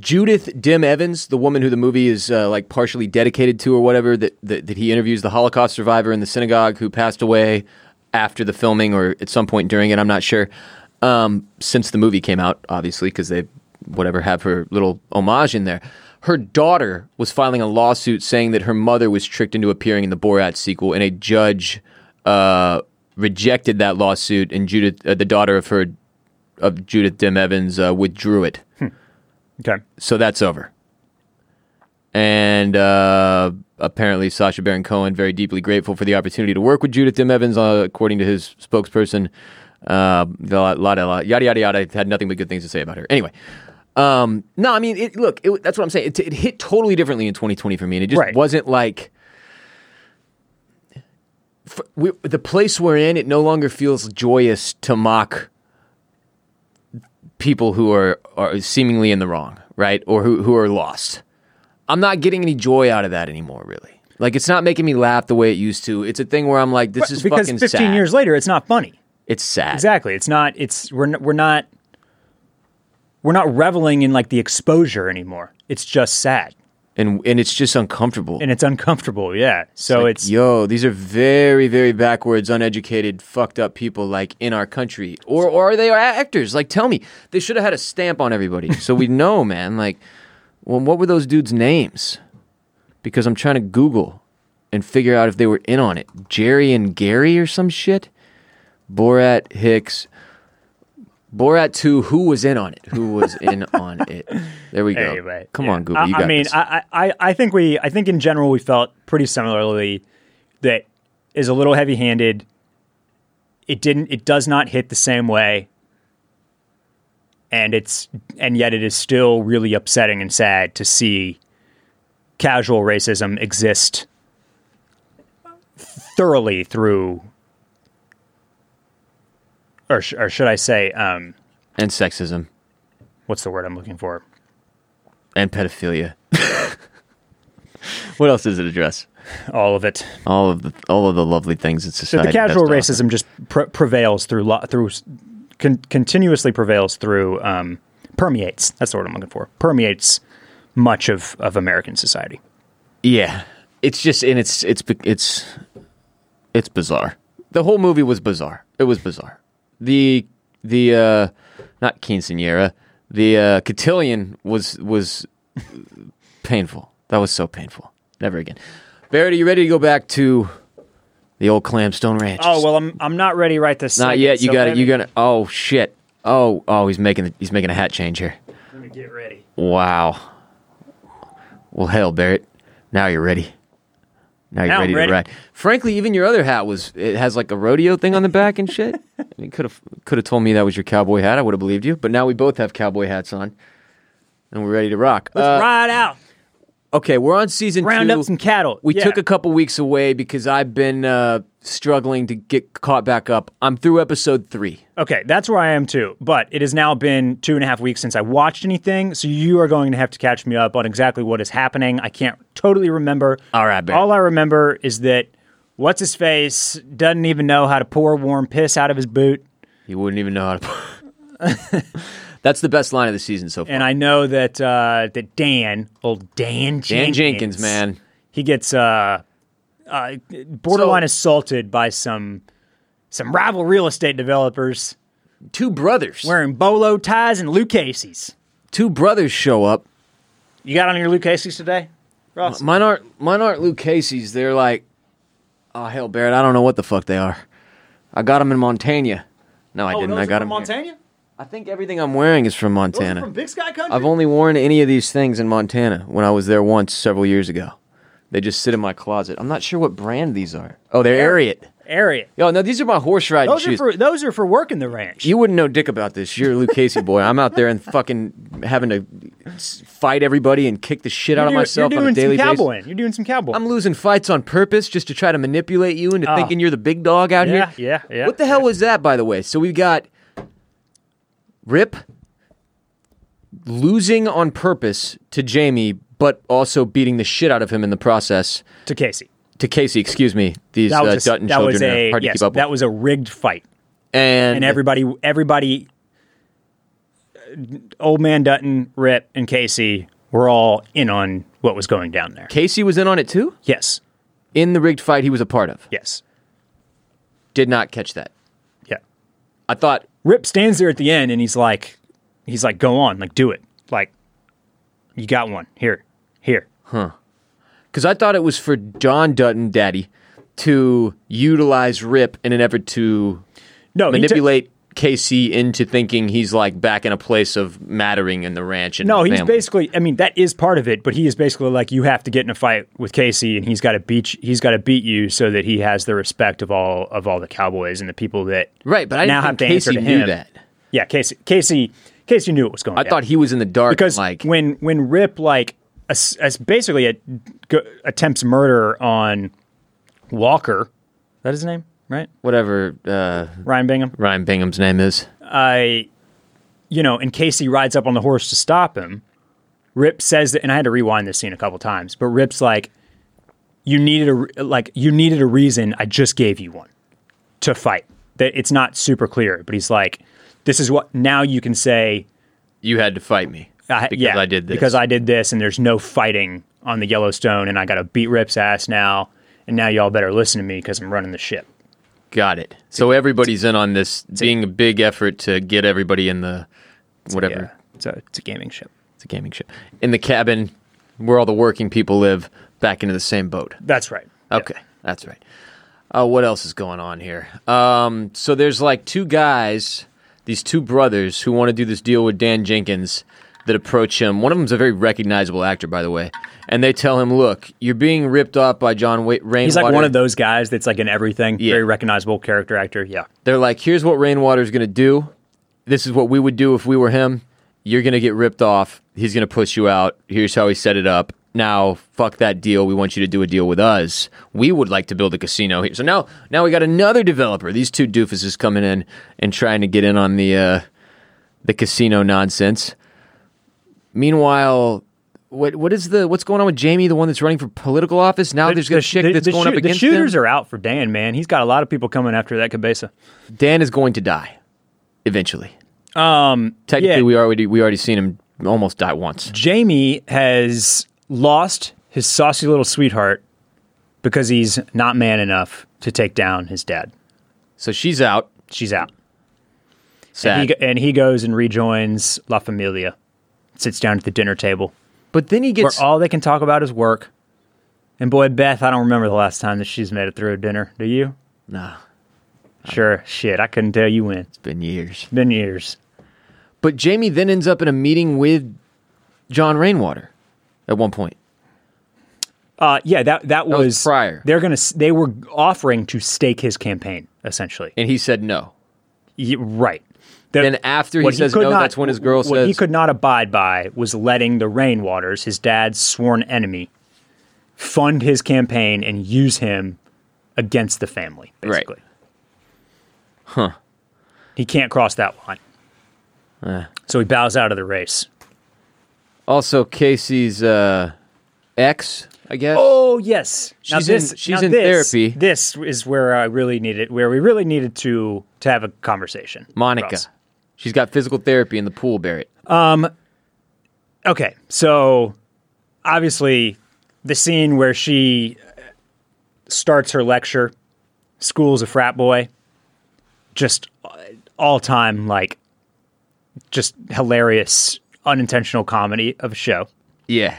Speaker 1: Judith Dim Evans, the woman who the movie is uh, like partially dedicated to or whatever, that, that that he interviews the Holocaust survivor in the synagogue who passed away after the filming or at some point during it. I'm not sure. Um, since the movie came out, obviously, because they whatever have her little homage in there. Her daughter was filing a lawsuit saying that her mother was tricked into appearing in the Borat sequel, and a judge uh, rejected that lawsuit, and Judith, uh, the daughter of her, of Judith Dim Evans, uh, withdrew it.
Speaker 2: Okay.
Speaker 1: So that's over. And uh, apparently, Sasha Baron Cohen very deeply grateful for the opportunity to work with Judith Dim Evans, uh, according to his spokesperson. Uh, a lot, lot, lot, yada yada yada. Had nothing but good things to say about her. Anyway, um, no, I mean, it, look, it, that's what I'm saying. It, it hit totally differently in 2020 for me, and it just
Speaker 2: Right.
Speaker 1: wasn't like f- we, the place we're in. It no longer feels joyous to mock people who are, are seemingly in the wrong, right? Or who, who are lost. I'm not getting any joy out of that anymore, really. Like, it's not making me laugh the way it used to. It's a thing where I'm like, this is
Speaker 2: because
Speaker 1: fucking
Speaker 2: 15
Speaker 1: sad.
Speaker 2: years later, it's not funny.
Speaker 1: it's sad.
Speaker 2: Exactly. It's not. It's we're n- we're not we're not reveling in like the exposure anymore. It's just sad
Speaker 1: And, and it's just uncomfortable.
Speaker 2: and it's uncomfortable. Yeah. So
Speaker 1: Like,
Speaker 2: it's
Speaker 1: yo, these are very, very backwards, uneducated, fucked up people, like in our country, or or are they a- actors? Like, tell me, they should have had a stamp on everybody, so we know, man. Like, well, what were those dudes' names? Because I'm trying to Google and figure out if they were in on it. Jerry and Gary or some shit. Borat Hicks. Borat two. Who was in on it? Who was in on it? There we go.
Speaker 2: Anyway,
Speaker 1: Come
Speaker 2: yeah.
Speaker 1: on, Google. You
Speaker 2: I,
Speaker 1: got
Speaker 2: I mean,
Speaker 1: this.
Speaker 2: I, I, I- I think we, I think in general we felt pretty similarly that is a little heavy-handed. It didn't, it does not hit the same way, and it's, and yet it is still really upsetting and sad to see casual racism exist thoroughly through, or sh- or should I say, um,
Speaker 1: and sexism
Speaker 2: what's the word I'm looking for?
Speaker 1: and pedophilia. what else does it address?
Speaker 2: All of it.
Speaker 1: All of the all of the lovely things in society.
Speaker 2: the casual
Speaker 1: has to offer.
Speaker 2: racism just pr- prevails through lo- through con- continuously prevails through um, permeates. That's the word I'm looking for. Permeates much of of American society.
Speaker 1: Yeah, it's just and it's it's bi- it's it's bizarre. The whole movie was bizarre. It was bizarre. The the uh, not quinceanera. The uh, cotillion was was painful. That was so painful. Never again. Barrett, are you ready to go back to the The old clam stone ranch.
Speaker 2: Oh well, I'm I'm not ready right this.
Speaker 1: Not
Speaker 2: second,
Speaker 1: yet. You
Speaker 2: so
Speaker 1: got it.
Speaker 2: let
Speaker 1: You
Speaker 2: me-
Speaker 1: got to Oh shit. Oh oh, he's making the, he's making a hat change here.
Speaker 2: Let me get ready.
Speaker 1: Wow. Well, hell, Barrett. Now you're ready. Now you're
Speaker 2: Now I'm
Speaker 1: ready,
Speaker 2: ready.
Speaker 1: to ride. Frankly, even your other hat was it has like a rodeo thing on the back and shit. you could have could have told me that was your cowboy hat. I would have believed you. But now we both have cowboy hats on, and we're ready to rock. Uh,
Speaker 2: Let's ride out,
Speaker 1: Okay, we're on season
Speaker 2: round
Speaker 1: two.
Speaker 2: up some cattle.
Speaker 1: We
Speaker 2: Yeah.
Speaker 1: took a couple weeks away because I've been uh, struggling to get caught back up. I'm through episode three.
Speaker 2: Okay, that's where I am too. But it has now been two and a half weeks since I watched anything, so you are going to have to catch me up on exactly what is happening. I can't totally remember.
Speaker 1: All right, Barry.
Speaker 2: All I remember is that what's his face doesn't even know how to pour warm piss out of his boot,
Speaker 1: You wouldn't even know how to. That's the best line of the season so far.
Speaker 2: and I know that uh, that Dan, old Dan Jenkins,
Speaker 1: Dan Jenkins, man.
Speaker 2: he gets uh, uh, borderline
Speaker 1: So-
Speaker 2: assaulted by some some rival real estate developers
Speaker 1: Two brothers.
Speaker 2: wearing bolo ties and Luke Casey's.
Speaker 1: Two brothers show up.
Speaker 2: You got on your Luke Casey's today, Ross?
Speaker 1: Mine aren't, mine aren't Luke Casey's. They're like, oh, hell, Barrett, I don't know what the fuck they are. I got them in Montana. No,
Speaker 2: Oh,
Speaker 1: I didn't. I got them. here. I think everything I'm wearing is from Montana.
Speaker 2: Big Sky Country.
Speaker 1: I've only worn any of these things in Montana when I was there once several years ago. They just sit in my closet. I'm not sure what brand these are. Oh, they're Ariat.
Speaker 2: Area.
Speaker 1: Yo, no, these are my horse riding
Speaker 2: Those are
Speaker 1: shoes.
Speaker 2: for those are for working the ranch.
Speaker 1: you wouldn't know dick about this. You're a Luke Casey boy. I'm out there and fucking having to s- fight everybody and kick the shit out
Speaker 2: You're
Speaker 1: of
Speaker 2: do-
Speaker 1: myself
Speaker 2: you're
Speaker 1: on
Speaker 2: doing
Speaker 1: a daily
Speaker 2: some
Speaker 1: basis.
Speaker 2: cowboying. You're doing some cowboying.
Speaker 1: I'm losing fights on purpose just to try to manipulate you into thinking you're the big dog out
Speaker 2: Yeah,
Speaker 1: here.
Speaker 2: Ah. yeah, yeah,
Speaker 1: What the hell was that, by the way? So we got Rip losing on purpose to Jamie, but also beating the shit out of him in the process.
Speaker 2: to Casey.
Speaker 1: To Casey, excuse me. These
Speaker 2: That
Speaker 1: uh,
Speaker 2: was a,
Speaker 1: Dutton
Speaker 2: that
Speaker 1: children
Speaker 2: was
Speaker 1: are
Speaker 2: a
Speaker 1: hard
Speaker 2: yes,
Speaker 1: to keep up
Speaker 2: that
Speaker 1: with.
Speaker 2: was a rigged fight,
Speaker 1: And,
Speaker 2: and everybody everybody, old man Dutton, Rip, and Casey were all in on what was going down there.
Speaker 1: Casey was in on it too?
Speaker 2: Yes,
Speaker 1: In the rigged fight he was a part of.
Speaker 2: yes,
Speaker 1: Did not catch that.
Speaker 2: yeah.
Speaker 1: I thought
Speaker 2: Rip stands there at the end and he's like, he's like, go on, like do it, like you got one here, here.
Speaker 1: because I thought it was for John Dutton, Daddy, to utilize Rip in an effort to
Speaker 2: No, he took-
Speaker 1: manipulate KC into thinking he's like back in a place of mattering in the ranch. And
Speaker 2: No,
Speaker 1: the
Speaker 2: he's
Speaker 1: family.
Speaker 2: basically. I mean, that is part of it, but he is basically like you have to get in a fight with Casey, and he's got to beat. He's got to beat you so that he has the respect of all of all the cowboys and the people that.
Speaker 1: right. But I
Speaker 2: now
Speaker 1: didn't think
Speaker 2: have to answer
Speaker 1: Casey
Speaker 2: to
Speaker 1: knew
Speaker 2: him.
Speaker 1: that.
Speaker 2: Yeah, Casey. Casey. Casey knew what was going.
Speaker 1: I
Speaker 2: down.
Speaker 1: thought he was in the dark.
Speaker 2: because
Speaker 1: like
Speaker 2: when when Rip like as, as basically a, go, attempts murder on Walker. Is that his name, right?
Speaker 1: whatever uh,
Speaker 2: Ryan Bingham.
Speaker 1: Ryan Bingham's name is.
Speaker 2: I, you know, and Casey rides up on the horse to stop him. Rip says that, and I had to rewind this scene a couple times, but Rip's like, "You needed a re- like, you needed a reason. I just gave you one to fight." That it's not super clear, but he's like, "This is what now you can say."
Speaker 1: You had to fight me
Speaker 2: I,
Speaker 1: because
Speaker 2: yeah,
Speaker 1: I did this.
Speaker 2: Because I did this, and there's no fighting on the Yellowstone, and I got to beat Rip's ass now. And now y'all better listen to me because I'm running the ship.
Speaker 1: got it. So everybody's in on this being a big effort to get everybody in the whatever
Speaker 2: Yeah, it's a it's a gaming ship.
Speaker 1: it's a gaming ship in the cabin where all the working people live back into the same boat.
Speaker 2: That's right.
Speaker 1: Okay, that's right. Uh, what else is going on here? Um, so there's like two guys, these two brothers who want to do this deal with Dan Jenkins that approach him. One of them's a very recognizable actor, by the way, and they tell him, "Look, you're being ripped off by John Wa- Rainwater."
Speaker 2: He's like one of those guys that's like in everything,
Speaker 1: Yeah.
Speaker 2: very recognizable character actor. Yeah.
Speaker 1: They're like, "Here's what Rainwater's going to do. This is what we would do if we were him. You're going to get ripped off. He's going to push you out. Here's how he set it up." Now, fuck that deal. We want you to do a deal with us. We would like to build a casino here. So now, now we got another developer. These two doofuses coming in and trying to get in on the uh, the casino nonsense. Meanwhile, what what is the what's going on with Jamie, the one that's running for political office? Now there's got a chick that's going up
Speaker 2: shoot-
Speaker 1: against
Speaker 2: the shooters
Speaker 1: him.
Speaker 2: are out for Dan, man. He's got a lot of people coming after that Cabeza.
Speaker 1: Dan is going to die eventually.
Speaker 2: Um,
Speaker 1: Technically,
Speaker 2: yeah,
Speaker 1: we already we already seen him almost die once.
Speaker 2: Jamie has lost his saucy little sweetheart because he's not man enough to take down his dad.
Speaker 1: So she's out.
Speaker 2: She's out,
Speaker 1: Sad.
Speaker 2: He go- and he goes and rejoins La Familia, sits down at the dinner table
Speaker 1: but then he
Speaker 2: where
Speaker 1: gets
Speaker 2: all they can talk about is work. And boy, Beth, I don't remember the last time that she's made it through a dinner. Do you?
Speaker 1: Nah,
Speaker 2: Sure. Shit, I couldn't tell you when. It's
Speaker 1: it's been years.
Speaker 2: been years.
Speaker 1: But Jamie then ends up in a meeting with John Rainwater at one point.
Speaker 2: Uh, yeah, that that was,
Speaker 1: was Pryor.
Speaker 2: They're gonna. s- They were offering to stake his campaign essentially.
Speaker 1: And he said no.
Speaker 2: Ye- right. The-
Speaker 1: Then after he
Speaker 2: what
Speaker 1: says
Speaker 2: could
Speaker 1: no, that's when his girl
Speaker 2: what he
Speaker 1: says-
Speaker 2: could not abide by was letting the Rainwaters, his dad's sworn enemy, fund his campaign and use him against the family.
Speaker 1: Right.
Speaker 2: Basically. Huh. He can't cross that line.
Speaker 1: Eh.
Speaker 2: so he bows out of the race.
Speaker 1: Also, Casey's uh, ex, I guess.
Speaker 2: Oh yes, Now
Speaker 1: She's in-
Speaker 2: this-
Speaker 1: she's
Speaker 2: now
Speaker 1: in
Speaker 2: this-
Speaker 1: therapy.
Speaker 2: This is where I really needed, where we really needed to to have a conversation.
Speaker 1: Monica.
Speaker 2: Ross.
Speaker 1: She's got physical therapy in the pool, Barrett.
Speaker 2: Okay, so obviously the scene where she starts her lecture, school's a frat boy, just all time like just hilarious unintentional comedy of a show.
Speaker 1: Yeah.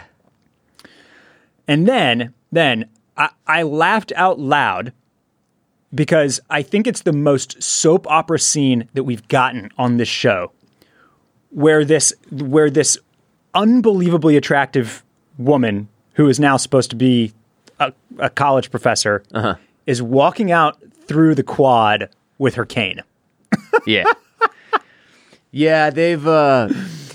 Speaker 2: And then, then I, I laughed out loud because I think it's the most soap opera scene that we've gotten on this show, where this where this unbelievably attractive woman who is now supposed to be a, a college professor
Speaker 1: Uh-huh.
Speaker 2: is walking out through the quad with her cane.
Speaker 1: Yeah. yeah, they've uh,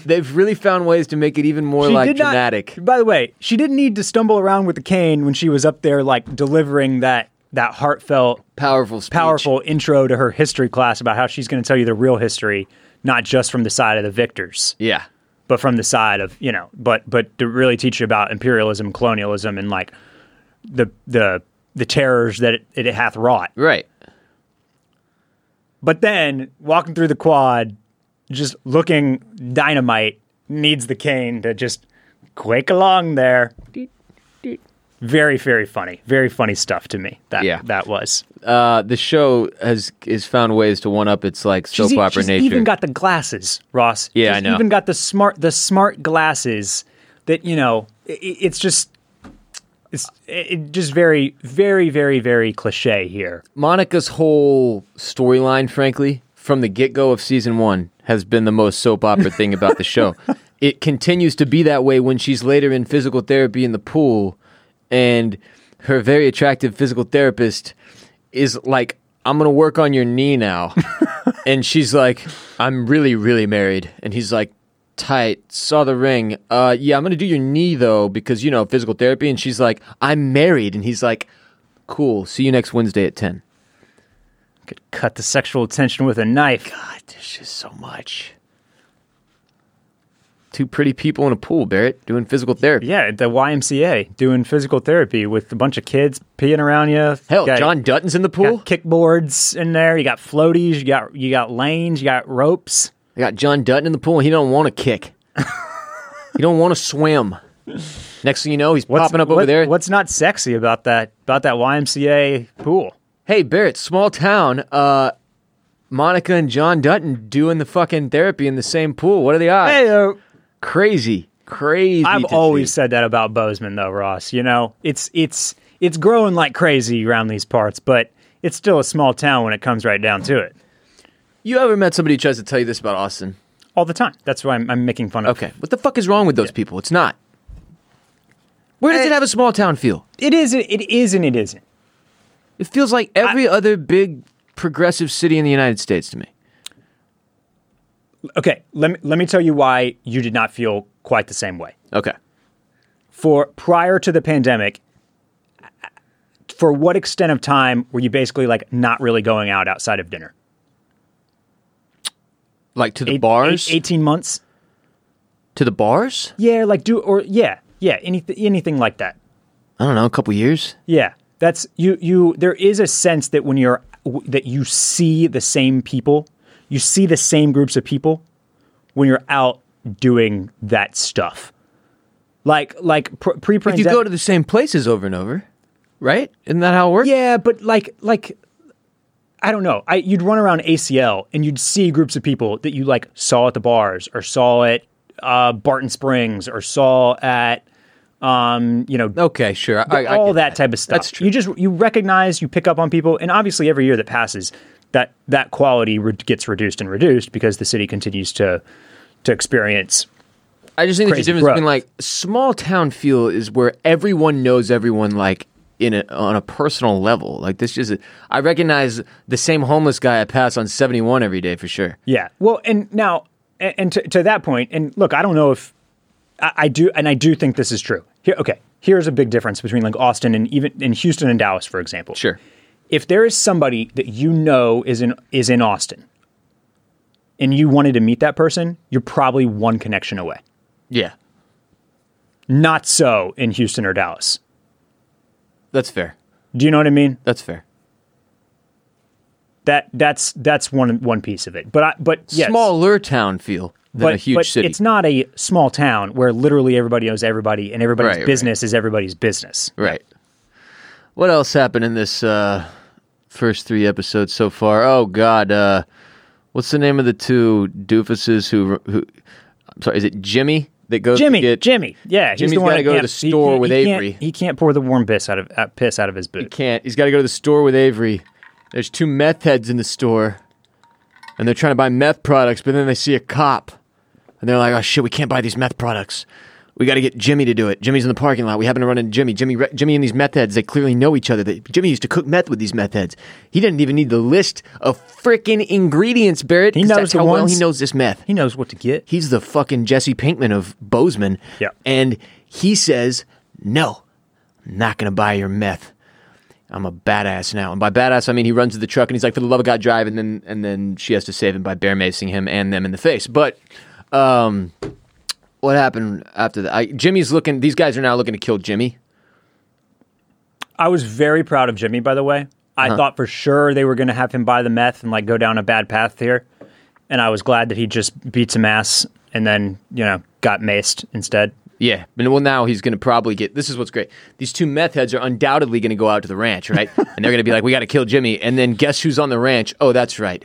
Speaker 1: they've really found ways to make it even more like
Speaker 2: did not-
Speaker 1: dramatic.
Speaker 2: by the way, she didn't need to stumble around with the cane when she was up there like delivering that that heartfelt
Speaker 1: powerful speech.
Speaker 2: powerful intro to her history class about how she's going to tell you the real history, not just from the side of the victors,
Speaker 1: Yeah.
Speaker 2: but from the side of you know, but but to really teach you about imperialism, colonialism, and like the the the terrors that it, it hath wrought.
Speaker 1: Right.
Speaker 2: But then walking through the quad, just looking dynamite, needs the cane to just quake along there. Very, very funny. Very funny stuff to me. That
Speaker 1: Yeah.
Speaker 2: that was.
Speaker 1: Uh, the show has is found ways to one up its like soap
Speaker 2: she's, e-
Speaker 1: opera
Speaker 2: she's
Speaker 1: nature.
Speaker 2: even got the glasses, Ross.
Speaker 1: Yeah,
Speaker 2: she's
Speaker 1: I know.
Speaker 2: Even got the smart the smart glasses that you know. i- i it's just it's it, just very very very very cliche here.
Speaker 1: Monica's whole storyline, frankly, from the get go of season one, has been the most soap opera thing about the show. It continues to be that way when she's later in physical therapy in the pool, and her very attractive physical therapist is like, I'm going to work on your knee now. and she's like, I'm really, really married. And he's like, tight saw the ring uh yeah i'm gonna do your knee though because you know physical therapy and she's like i'm married and he's like cool see you next wednesday at 10
Speaker 2: Could cut the sexual tension with a knife.
Speaker 1: God, there's just so much. Two pretty people in a pool, Barrett, doing physical therapy.
Speaker 2: Yeah, at the YMCA doing physical therapy with a bunch of kids peeing around you.
Speaker 1: Hell,
Speaker 2: Got-
Speaker 1: John Dutton's in the pool.
Speaker 2: got kickboards in there. You got floaties. You got you got lanes. You got ropes.
Speaker 1: I got John Dutton in the pool. and He don't want to kick. he don't want to swim. Next thing you know, he's popping up over
Speaker 2: what-
Speaker 1: there.
Speaker 2: What's not sexy about that about that YMCA pool?
Speaker 1: Hey, Barrett, small town. Uh, Monica and John Dutton doing the fucking therapy in the same pool. What are the odds?
Speaker 2: Hey, uh,
Speaker 1: Crazy, crazy.
Speaker 2: I've
Speaker 1: to see.
Speaker 2: always said that about Bozeman, though, Ross. You know, it's it's it's growing like crazy around these parts, but it's still a small town when it comes right down to it.
Speaker 1: You ever met somebody who tries to tell you this about Austin?
Speaker 2: All the time. That's why I'm, I'm making fun of.
Speaker 1: Okay, what the fuck is wrong with those people? It's not. Where does
Speaker 2: Eh.
Speaker 1: it have a small town feel?
Speaker 2: It is. It is, and it isn't.
Speaker 1: It feels like every other big progressive city in the United States to me.
Speaker 2: Okay. Let me let me tell you why you did not feel quite the same way.
Speaker 1: Okay.
Speaker 2: for prior to the pandemic for what extent of time were you basically like not really going out outside of dinner
Speaker 1: Like to the
Speaker 2: Eight-
Speaker 1: bars?
Speaker 2: eight- 18 months
Speaker 1: To the bars?
Speaker 2: yeah like do or yeah yeah anything anything like that
Speaker 1: I don't know, a couple years?
Speaker 2: yeah that's you you there is a sense that when you're that you see the same people you see the same groups of people when you're out doing that stuff like like pre
Speaker 1: If you go to the same places over and over, right? Isn't that how it works?
Speaker 2: Yeah, but like like I don't know. I you'd run around ACL and you'd see groups of people that you like saw at the bars or saw at uh, Barton Springs or saw at um, you know,
Speaker 1: Okay, sure. I, I, I
Speaker 2: all
Speaker 1: get
Speaker 2: that type of stuff.
Speaker 1: That's true.
Speaker 2: You just you recognize, you pick up on people, and obviously every year that passes, that that quality re- gets reduced and reduced because the city continues to to experience.
Speaker 1: I just think there's a
Speaker 2: crazy
Speaker 1: difference
Speaker 2: growth.
Speaker 1: between like small town feel is where everyone knows everyone like in a, on a personal level. Like this just I recognize the same homeless guy I pass on 71 every day for sure.
Speaker 2: Yeah. Well, and now, and, and to, to that point, and look, I don't know if I, I do, and I do think this is true. Here, okay, here's a big difference between like Austin and even in Houston and Dallas, for example.
Speaker 1: Sure.
Speaker 2: if there is somebody that you know is in is in Austin and you wanted to meet that person, you're probably one connection away.
Speaker 1: Yeah.
Speaker 2: Not so in Houston or Dallas.
Speaker 1: That's fair.
Speaker 2: Do you know what I mean?
Speaker 1: That's fair.
Speaker 2: That that's that's one one piece of it. But I, but yes,
Speaker 1: Smaller town feel than
Speaker 2: but,
Speaker 1: a huge
Speaker 2: but
Speaker 1: city.
Speaker 2: it's not a small town where literally everybody knows everybody and everybody's
Speaker 1: Right, right.
Speaker 2: business is everybody's business.
Speaker 1: Right. What else happened in this uh, first three episodes so far? Oh God, uh, what's the name of the two doofuses who? who I'm sorry, is it Jimmy that goes to
Speaker 2: Jimmy,
Speaker 1: get-
Speaker 2: Jimmy, yeah, he's
Speaker 1: Jimmy's
Speaker 2: the one
Speaker 1: gotta
Speaker 2: that
Speaker 1: go to
Speaker 2: can't-
Speaker 1: the
Speaker 2: he
Speaker 1: store
Speaker 2: can't-
Speaker 1: with
Speaker 2: he can't-
Speaker 1: Avery.
Speaker 2: he can't pour the warm piss out of uh, piss out of his boot.
Speaker 1: can't. He's got to go to the store with Avery. There's two meth heads in the store, and they're trying to buy meth products, but then they see a cop, and they're like, "Oh shit, we can't buy these meth products. We got to get Jimmy to do it. Jimmy's in the parking lot. We happen to run into Jimmy. Jimmy, Jimmy, and these meth heads. They clearly know each other. They, Jimmy used to cook meth with these meth heads. He didn't even need the list of freaking ingredients, Barrett.
Speaker 2: He
Speaker 1: 'cause
Speaker 2: knows
Speaker 1: that's
Speaker 2: the
Speaker 1: how well
Speaker 2: ones.
Speaker 1: he knows this meth.
Speaker 2: He knows what to get.
Speaker 1: He's the fucking Jesse Pinkman of Bozeman.
Speaker 2: Yeah.
Speaker 1: And he says, No, I'm not going to buy your meth. I'm a badass now. And by badass, I mean he runs to the truck and he's like, For the love of God, drive. And then, and then she has to save him by bear macing him and them in the face. But um, what happened after that? I, Jimmy's looking, these guys are now looking to kill Jimmy.
Speaker 2: I was very proud of Jimmy, by the way. I
Speaker 1: Uh-huh.
Speaker 2: thought for sure they were going to have him buy the meth and like go down a bad path here, and I was glad that he just beat some ass and then you know got maced instead.
Speaker 1: Yeah, and well, now he's going to probably get. This is what's great. These two meth heads are undoubtedly going to go out to the ranch, right? and they're going to be like, "We got to kill Jimmy." And then guess who's on the ranch? Oh, that's right,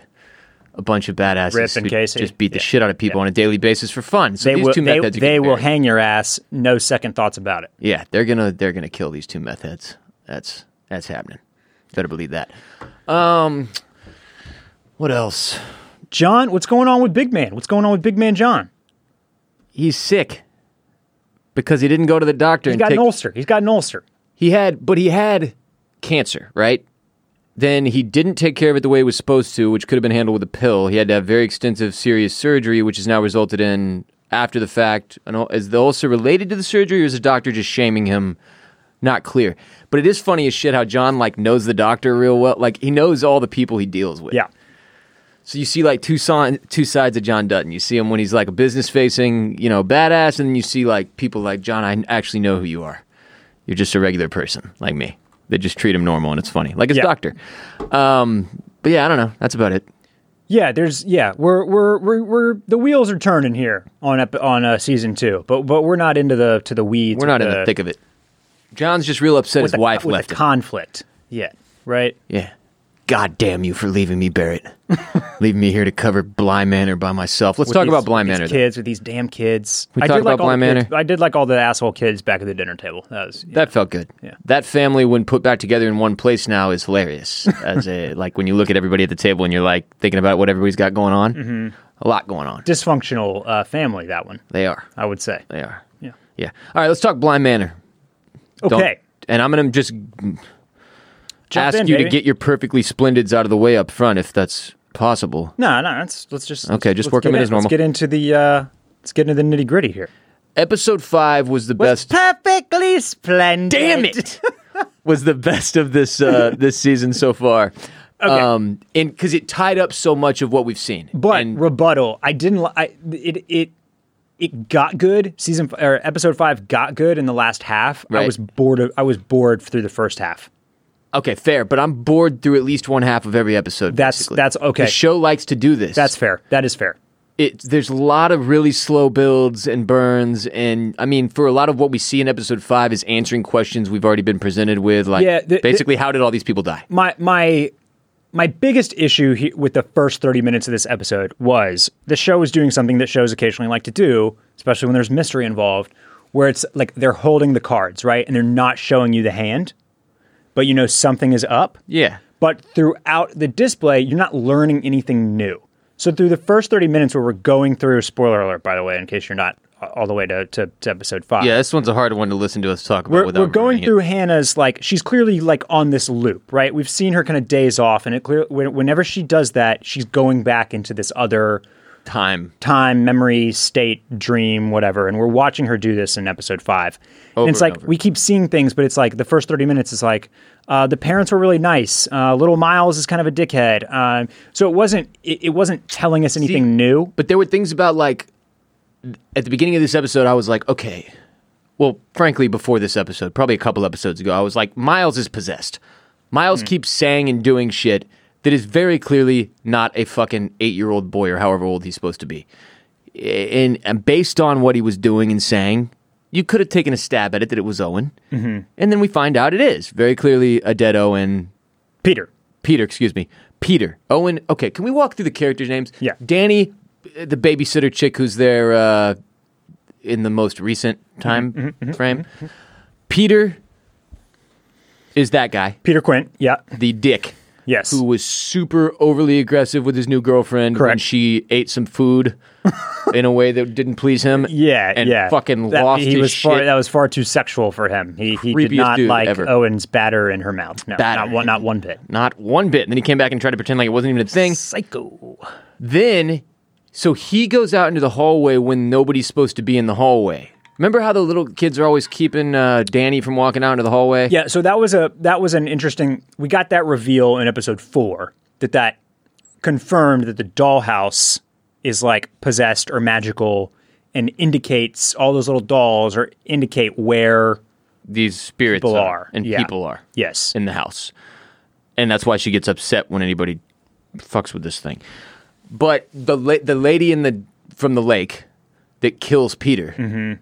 Speaker 1: a bunch of badasses
Speaker 2: Rip and
Speaker 1: who
Speaker 2: Casey.
Speaker 1: just beat the
Speaker 2: Yeah,
Speaker 1: shit out of people on a daily basis for fun. So
Speaker 2: They
Speaker 1: these
Speaker 2: will
Speaker 1: two meth
Speaker 2: they,
Speaker 1: heads, are
Speaker 2: they
Speaker 1: getting
Speaker 2: will
Speaker 1: buried.
Speaker 2: hang your ass. No second thoughts about it.
Speaker 1: Yeah, they're gonna they're gonna kill these two meth heads. That's that's happening. Better believe that. Um, what else?
Speaker 2: John, what's going on with Big Man? What's going on with Big Man John?
Speaker 1: He's sick because he didn't go to the doctor
Speaker 2: He's
Speaker 1: and
Speaker 2: got
Speaker 1: take
Speaker 2: an ulcer. He's got an ulcer.
Speaker 1: he had but he had cancer right then he didn't take care of it the way he was supposed to which could have been handled with a pill he had to have very extensive serious surgery which has now resulted in after the fact an ul- is the ulcer related to the surgery or is the doctor just shaming him not clear but it is funny as shit how john like knows the doctor real well like he knows all the people he deals with
Speaker 2: Yeah.
Speaker 1: so you see like two son, two sides of John Dutton. You see him when he's like a business facing, you know, badass, and then you see like people like John. I actually know who you are. You're just a regular person like me. They just treat him normal, and it's funny, like his
Speaker 2: Yeah.
Speaker 1: doctor. Um, but yeah, I don't know. That's about it.
Speaker 2: Yeah, there's yeah, we're we're we're, we're the wheels are turning here on up on uh, season 2. But but we're not into the to the weeds.
Speaker 1: We're not
Speaker 2: with
Speaker 1: in the thick of it. John's just real upset his
Speaker 2: Uh, with the,
Speaker 1: wife
Speaker 2: with
Speaker 1: left
Speaker 2: the
Speaker 1: him.
Speaker 2: conflict. Yeah. Right?
Speaker 1: Yeah. God damn you for leaving me, Barrett. leaving me here to cover Blind Manor by myself. Let's
Speaker 2: with
Speaker 1: talk
Speaker 2: these-
Speaker 1: about Blind
Speaker 2: these
Speaker 1: Manor. though.
Speaker 2: kids with these damn kids. We
Speaker 1: talked about Blind Manor.
Speaker 2: I did like all the asshole kids back at the dinner table. That was
Speaker 1: That felt good.
Speaker 2: Yeah.
Speaker 1: That family, when put back together in one place now, is hilarious. As a like, when you look at everybody at the table and you're like thinking about what everybody's got going on, mm-hmm. a lot going on.
Speaker 2: dysfunctional uh, family. That one,
Speaker 1: They are.
Speaker 2: I would say.
Speaker 1: They are.
Speaker 2: Yeah.
Speaker 1: Yeah. All right. Let's talk Blind Manor. Don't-
Speaker 2: Okay.
Speaker 1: And I'm gonna just
Speaker 2: Jump
Speaker 1: ask
Speaker 2: in,
Speaker 1: you to
Speaker 2: baby.
Speaker 1: get your perfectly splendids out of the way up front, if that's possible.
Speaker 2: No, no. Let's let's just let's-
Speaker 1: Okay, just
Speaker 2: let's
Speaker 1: work 'em
Speaker 2: get
Speaker 1: in as normal.
Speaker 2: Let's get into the uh, let's get into the nitty gritty here.
Speaker 1: Episode five was the best.
Speaker 2: perfectly splendid.
Speaker 1: damn it was the best of this uh, this season so far.
Speaker 2: Okay.
Speaker 1: Um, and because it tied up so much of what we've seen,
Speaker 2: But
Speaker 1: And-
Speaker 2: rebuttal. I didn't. li- I it it it got good. Season f- or episode five got good in the last half.
Speaker 1: Right.
Speaker 2: I was bored. Of, I was bored through the first half.
Speaker 1: Okay, fair, but I'm bored through at least one half of every episode.
Speaker 2: That's-
Speaker 1: basically.
Speaker 2: that's okay.
Speaker 1: The show likes to do this.
Speaker 2: That's fair. That is fair.
Speaker 1: it. There's a lot of really slow builds and burns, and I mean, for a lot of what we see in episode five is answering questions we've already been presented with, like
Speaker 2: Yeah, the- the-
Speaker 1: basically, how did all these people die?
Speaker 2: my my my biggest issue he, with the first 30 minutes of this episode was the show was doing something that shows occasionally like to do especially when there's mystery involved where it's like they're holding the cards, right? And they're not showing you the hand, but you know something is up.
Speaker 1: Yeah.
Speaker 2: But throughout the display, you're not learning anything new. So through the first 30 minutes where we're going through, spoiler alert, by the way, in case you're not all the way to, to, to episode five.
Speaker 1: Yeah, this one's a hard one to listen to us talk about
Speaker 2: We're,
Speaker 1: without
Speaker 2: we're going
Speaker 1: ruining it.
Speaker 2: through Hannah's like she's clearly like on this loop, right? We've seen her kind of days off, and it clear when- whenever she does that, she's going back into this other
Speaker 1: time.
Speaker 2: time, memory, state, dream, whatever. And we're watching her do this in episode five. and it's
Speaker 1: and
Speaker 2: like
Speaker 1: over.
Speaker 2: we keep seeing things, but it's like the first 30 minutes is like, uh, the parents were really nice. Uh, little Miles is kind of a dickhead. Um so it wasn't it, it wasn't telling us anything new.
Speaker 1: But there were things about like th- at the beginning of this episode, I was like, okay. Well, frankly, before this episode, probably a couple episodes ago, I was like, Miles is possessed. Miles keeps saying and doing shit that is very clearly not a fucking eight year old boy or however old he's supposed to be. And, and based on what he was doing and saying, you could have taken a stab at it that it was Owen. Mm-hmm. And then we find out it is very clearly a dead Owen
Speaker 2: Peter.
Speaker 1: Peter, excuse me. Peter. Owen. Okay, can we walk through the characters' names?
Speaker 2: Yeah.
Speaker 1: Danny, uh, the babysitter chick who's there uh, in the most recent
Speaker 2: Mm-hmm,
Speaker 1: time frame. Peter is that guy,
Speaker 2: Peter Quint. Yeah.
Speaker 1: the dick,
Speaker 2: Yes.
Speaker 1: who was super overly aggressive with his new girlfriend when
Speaker 2: Correct.
Speaker 1: she ate some food in a way that didn't please him.
Speaker 2: Yeah,
Speaker 1: and
Speaker 2: yeah.
Speaker 1: fucking
Speaker 2: That-
Speaker 1: lost
Speaker 2: he
Speaker 1: his
Speaker 2: was Far,
Speaker 1: shit.
Speaker 2: that was far too sexual for him. He, he did
Speaker 1: Creepiest
Speaker 2: not
Speaker 1: dude
Speaker 2: like
Speaker 1: ever.
Speaker 2: Owen's batter in her mouth. No,
Speaker 1: Batter.
Speaker 2: not one, not one bit.
Speaker 1: Not one bit. And then he came back and tried to pretend like it wasn't even a thing.
Speaker 2: Psycho.
Speaker 1: Then, so he goes out into the hallway when nobody's supposed to be in the hallway. Remember how the little kids are always keeping uh, Danny from walking out into the hallway?
Speaker 2: Yeah, so that was a that was an interesting. We got that reveal in episode four that that confirmed that the dollhouse is like possessed or magical and indicates all those little dolls or indicate where
Speaker 1: These spirits
Speaker 2: people
Speaker 1: are,
Speaker 2: are
Speaker 1: and
Speaker 2: Yeah.
Speaker 1: people are
Speaker 2: Yes,
Speaker 1: in the house. And that's why she gets upset when anybody fucks with this thing. But the la- the lady in the from the lake that kills Peter.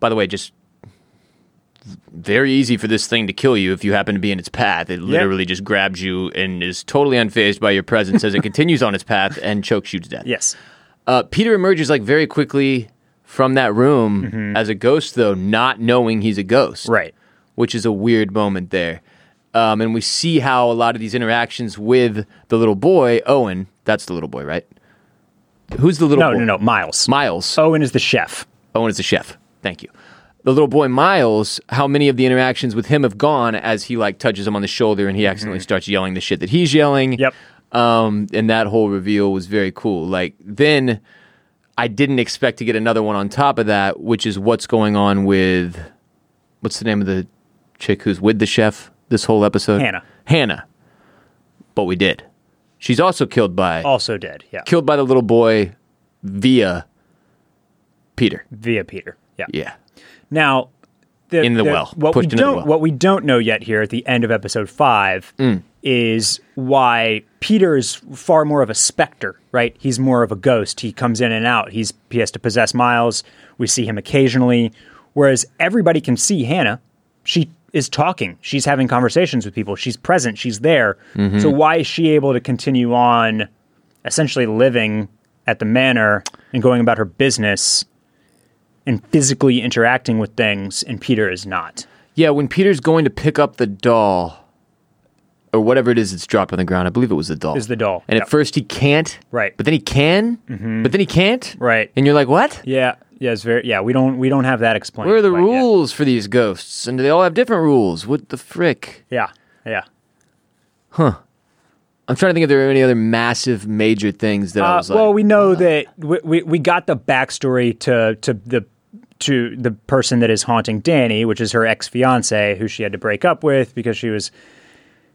Speaker 1: By the way, just very easy for this thing to kill you if you happen to be in its path. It literally just grabs you and is totally unfazed by your presence as it continues on its path and chokes you to death.
Speaker 2: yes,
Speaker 1: Uh, Peter emerges like very quickly from that room as a ghost, though not knowing he's a ghost
Speaker 2: right.
Speaker 1: which is a weird moment there. Um, and we see how a lot of these interactions with the little boy, Owen, that's the little boy, right? Who's the little
Speaker 2: No,
Speaker 1: boy?
Speaker 2: no, Oh. no. Miles.
Speaker 1: Miles.
Speaker 2: Owen is the chef.
Speaker 1: Owen is the chef. Thank you. The little boy Miles, how many of the interactions with him have gone as he like touches him on the shoulder and he accidentally starts yelling the shit that he's yelling.
Speaker 2: Mm-hmm. Yep.
Speaker 1: Um, and that whole reveal was very cool. Like then I didn't expect to get another one on top of that, which is what's going on with what's the name of the chick who's with the chef this whole episode?
Speaker 2: Hannah.
Speaker 1: Hannah. But we did. She's also killed by
Speaker 2: Also dead. Yeah,
Speaker 1: killed by the little boy via Peter.
Speaker 2: via Peter. Yeah.
Speaker 1: Yeah.
Speaker 2: Now, the,
Speaker 1: In the well,
Speaker 2: What
Speaker 1: pushed
Speaker 2: we
Speaker 1: into the
Speaker 2: don't,
Speaker 1: well. Mm.
Speaker 2: what we don't know yet here at the end of episode five is why Peter is far more of a specter, right? He's more of a ghost. He comes in and out. He's he has to possess Miles. We see him occasionally, whereas everybody can see Hannah. She is talking. She's having conversations with people. She's present. She's there.
Speaker 1: Mm-hmm.
Speaker 2: So why is she able to continue on, essentially living at the manor and going about her business? and physically interacting with things, and Peter is not.
Speaker 1: Yeah, when Peter's going to pick up the doll or whatever it is that's dropped on the ground, I believe it was the doll.
Speaker 2: Is the doll,
Speaker 1: And
Speaker 2: yeah.
Speaker 1: at first he can't.
Speaker 2: Right. Mm-hmm.
Speaker 1: But then he can. But then he can't.
Speaker 2: Right.
Speaker 1: And you're like, what?
Speaker 2: Yeah, yeah, it's very yeah. We don't we don't have that explained.
Speaker 1: Where are the
Speaker 2: quite yet.
Speaker 1: rules for these ghosts? And do they all have different rules? What the frick?
Speaker 2: Yeah, yeah.
Speaker 1: I'm trying to think if there are any other massive major things that I
Speaker 2: Uh,
Speaker 1: was like.
Speaker 2: well, we know that we, we we got the backstory to to the to the person that is haunting Danny, which is her ex fiance, who she had to break up with because she was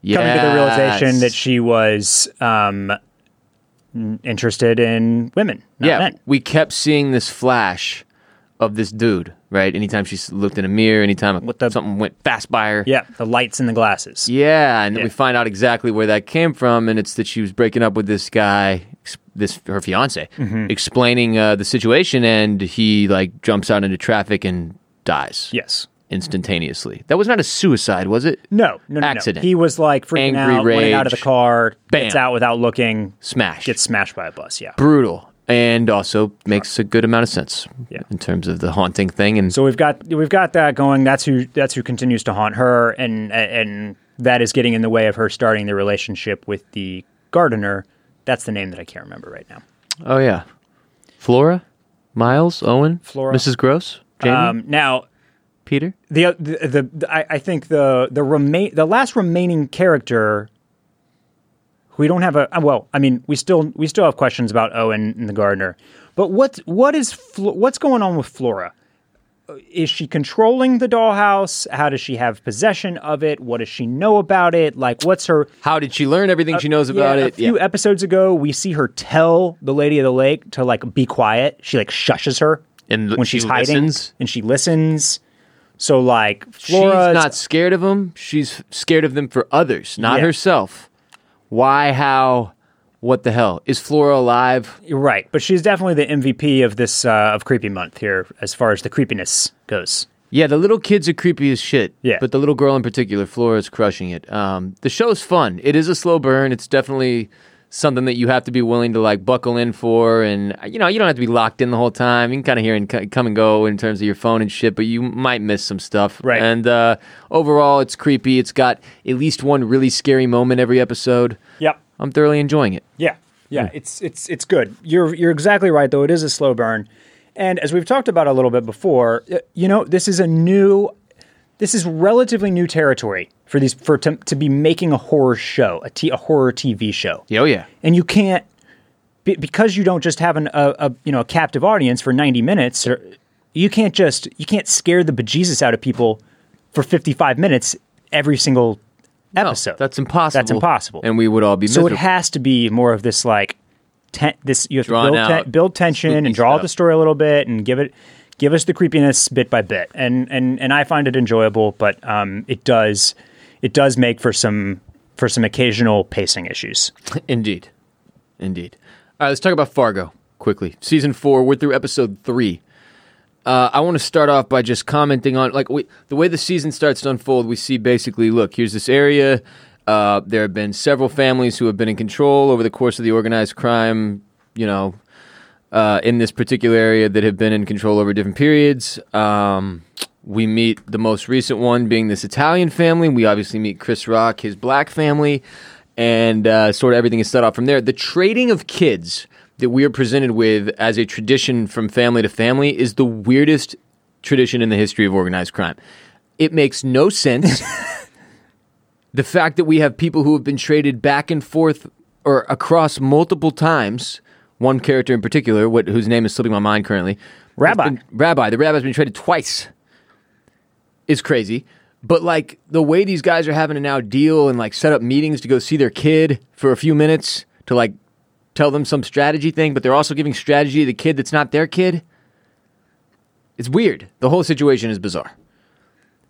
Speaker 2: coming to the realization
Speaker 1: Yes.
Speaker 2: that she was um, n- interested in women, not
Speaker 1: yeah,
Speaker 2: men.
Speaker 1: we kept seeing this flash of this dude, right? Anytime she s- looked in a mirror, anytime
Speaker 2: the-
Speaker 1: something went fast by her.
Speaker 2: Yeah, the lights and the glasses.
Speaker 1: Yeah, and then we
Speaker 2: Yeah.
Speaker 1: find out exactly where that came from, and it's that she was breaking up with this guy, ex- this her fiance,
Speaker 2: Mm-hmm.
Speaker 1: explaining uh, the situation, and he like jumps out into traffic and dies
Speaker 2: Yes.
Speaker 1: instantaneously. That was not a suicide, was it?
Speaker 2: No, no, no, no.
Speaker 1: Accident.
Speaker 2: He was like freaking
Speaker 1: Angry
Speaker 2: out, running out of the
Speaker 1: rage.
Speaker 2: car,
Speaker 1: Bam.
Speaker 2: gets out without looking,
Speaker 1: Smash.
Speaker 2: gets smashed by a bus. Yeah,
Speaker 1: brutal. and also makes a good amount of sense
Speaker 2: Yeah.
Speaker 1: in terms of the haunting thing. And
Speaker 2: So we've got we've got that going. That's who that's who continues to haunt her, and and that is getting in the way of her starting the relationship with the gardener. That's the name that I can't remember right now.
Speaker 1: oh yeah, Flora, Miles, Owen,
Speaker 2: Flora.
Speaker 1: Mrs. Gross, Jamie,
Speaker 2: Um, now
Speaker 1: Peter.
Speaker 2: the uh, the, the, the I, I think the the remain the last remaining character. who We don't have a uh, well. I mean, we still we still have questions about Owen and the gardener, but what what is Flo- what's going on with Flora? Uh, Is she controlling the dollhouse? How does she have possession of it? What does she know about it? Like, what's her?
Speaker 1: How did she learn everything she knows about
Speaker 2: uh, yeah,
Speaker 1: it?
Speaker 2: A few
Speaker 1: yeah.
Speaker 2: episodes ago, we see her tell the Lady of the Lake to like be quiet. She like shushes her,
Speaker 1: And l-
Speaker 2: when
Speaker 1: she
Speaker 2: she's hiding,
Speaker 1: listens?
Speaker 2: and she listens. So like
Speaker 1: She's
Speaker 2: Flora,
Speaker 1: not scared of them. She's scared of them for others, not
Speaker 2: Yeah.
Speaker 1: herself. Why? How? What the hell? Is Flora alive?
Speaker 2: you're right, but she's definitely the MVP of this uh, of creepy month here as far as the creepiness goes.
Speaker 1: Yeah, the little kids are creepy as shit.
Speaker 2: Yeah.
Speaker 1: But the little girl in particular, Flora, is crushing it. Um, the show's fun. It is a slow burn. It's definitely something that you have to be willing to like buckle in for. And, uh, you know, you don't have to be locked in the whole time. You can kind of hear and c- come and go in terms of your phone and shit, but you might miss some stuff.
Speaker 2: Right.
Speaker 1: And uh, overall, it's creepy. It's got at least one really scary moment every episode.
Speaker 2: Yep.
Speaker 1: I'm thoroughly enjoying it.
Speaker 2: Yeah, yeah,
Speaker 1: Hmm.
Speaker 2: it's it's it's good. You're you're exactly right, though. It is a slow burn, and as we've talked about a little bit before, y- you know, this is a new, this is relatively new territory for these for to, to be making a horror show, a, t, a horror TV show,
Speaker 1: Yeah, Oh, yeah.
Speaker 2: and you can't be, because you don't just have an, a, a you know a captive audience for ninety minutes, or you can't just you can't scare the bejesus out of people for fifty five minutes every single
Speaker 1: No,
Speaker 2: episode.
Speaker 1: that's impossible.
Speaker 2: Oh, That's impossible.
Speaker 1: And we would all be
Speaker 2: So
Speaker 1: miserable.
Speaker 2: it has to be more of this like ten, this you have
Speaker 1: Drawn
Speaker 2: to build,
Speaker 1: out,
Speaker 2: ten, build tension
Speaker 1: spooky
Speaker 2: and draw out the
Speaker 1: stuff.
Speaker 2: story a little bit and give it give us the creepiness bit by bit. And and and I find it enjoyable, but um it does it does make for some for some occasional pacing issues.
Speaker 1: Indeed. Indeed. All right, let's talk about Fargo quickly. Season four, we're through episode three. Uh, I want to start off by just commenting on like we, the way the season starts to unfold. We see basically, look, here's this area. Uh, there have been several families who have been in control over the course of the organized crime, you know, uh, in this particular area that have been in control over different periods. Um, we meet the most recent one being this Italian family. We obviously meet Chris Rock, his black family, and uh, sort of everything is set off from there. The trading of kids that we are presented with as a tradition from family to family is the weirdest tradition in the history of organized crime. It makes no sense. the fact that we have people who have been traded back and forth or across multiple times, one character in particular, what, whose name is slipping my mind currently, has
Speaker 2: Rabbi.
Speaker 1: been- rabbi, the rabbi's been traded twice, is crazy. But like the way these guys are having to now deal and like set up meetings to go see their kid for a few minutes to like tell them some strategy thing, but they're also giving strategy to the kid that's not their kid. It's weird. The whole situation is bizarre.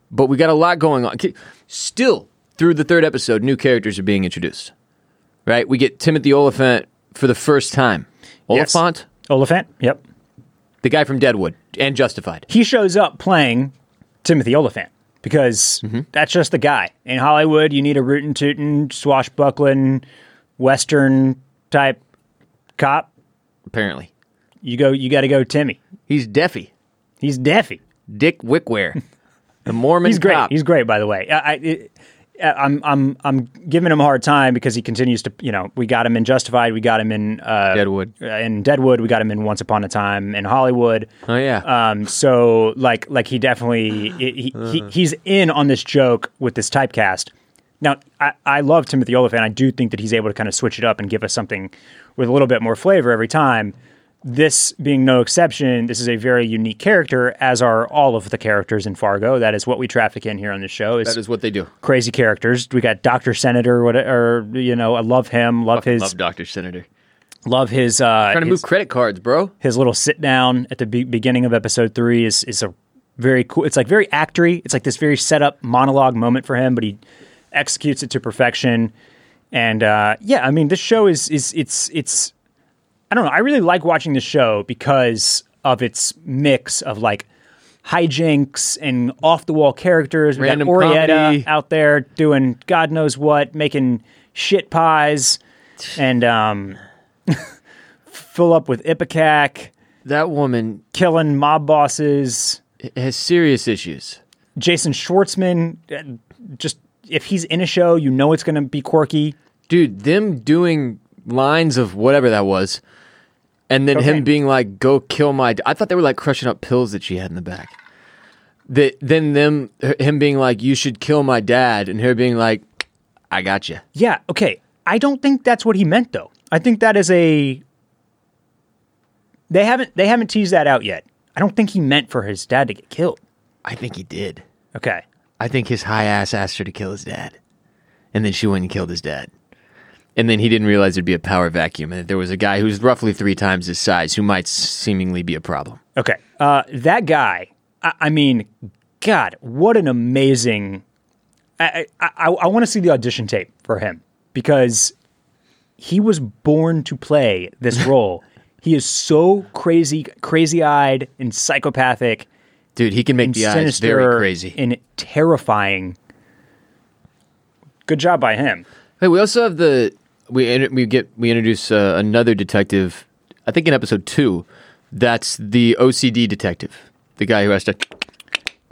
Speaker 1: But we got a lot going on. Ki- Still, through the third episode, new characters are being introduced. Right? We get Timothy Oliphant for the first time.
Speaker 2: Yes.
Speaker 1: Oliphant,
Speaker 2: Oliphant, yep.
Speaker 1: the guy from Deadwood and Justified.
Speaker 2: He shows up playing Timothy Oliphant because
Speaker 1: Mm-hmm.
Speaker 2: that's just the guy. In Hollywood, you need a rootin' tootin', swashbuckling, western type cop.
Speaker 1: Apparently,
Speaker 2: You go you gotta go Timmy.
Speaker 1: he's Deffy,
Speaker 2: He's Deffy.
Speaker 1: Dick Wickware, the Mormon
Speaker 2: He's great.
Speaker 1: cop.
Speaker 2: He's great, by the way. I, I, it- I'm I'm I'm giving him a hard time because he continues to you know we got him in Justified, we got him in uh,
Speaker 1: Deadwood.
Speaker 2: in Deadwood, we got him in Once Upon a Time in Hollywood.
Speaker 1: Oh, yeah.
Speaker 2: Um. So like like he definitely he, he he's in on this joke with this typecast. Now I, I love Timothy Oliphant. I do think that he's able to kind of switch it up and give us something with a little bit more flavor every time. This being no exception, this is a very unique character, as are all of the characters in Fargo. That is what we traffic in here on the show. Is
Speaker 1: that is what they do.
Speaker 2: crazy characters. We got Doctor Senator, whatever. Or, you know, I love him. Love his.
Speaker 1: Love Doctor Senator.
Speaker 2: Love his. Uh,
Speaker 1: Trying to
Speaker 2: his-
Speaker 1: move credit cards, bro.
Speaker 2: his little sit down at the be- beginning of episode three is is a very cool. It's like very actory. It's like this very set up monologue moment for him, but he executes it to perfection. And uh, yeah, I mean, this show is is it's it's. I don't know. I really like watching the show because of its mix of like hijinks and off the wall characters. We got
Speaker 1: Random
Speaker 2: Orietta
Speaker 1: comedy.
Speaker 2: out there doing God knows what, making shit pies and um, fill up with ipecac,
Speaker 1: That woman
Speaker 2: killing mob bosses.
Speaker 1: has serious issues.
Speaker 2: Jason Schwartzman, uh, just if he's in a show, you know it's going to be quirky.
Speaker 1: Dude, them doing lines of whatever that was, and then him
Speaker 2: Cocaine.
Speaker 1: being like, go kill my. d-" I thought they were like crushing up pills that she had in the back. That then them him being like, you should kill my dad, and her being like, I got you.
Speaker 2: Yeah, okay. I don't think that's what he meant though. I think that is a they haven't they haven't teased that out yet. I don't think he meant for his dad to get killed.
Speaker 1: I think he did.
Speaker 2: Okay.
Speaker 1: I think his high ass asked her to kill his dad. And then she went and killed his dad. And then he didn't realize there'd be a power vacuum and that there was a guy who's roughly three times his size who might seemingly be a problem.
Speaker 2: Okay. Uh, that guy, I, I mean, God, what an amazing. I, I, I, I want to see the audition tape for him because he was born to play this role. he is so crazy, crazy eyed and psychopathic
Speaker 1: Dude, he can make
Speaker 2: and
Speaker 1: the eyes
Speaker 2: sinister
Speaker 1: very crazy.
Speaker 2: and terrifying. Good job by him.
Speaker 1: Hey, we also have the we inter- we get we introduce uh, another detective. I think in episode two, that's the OCD detective, the guy who has to.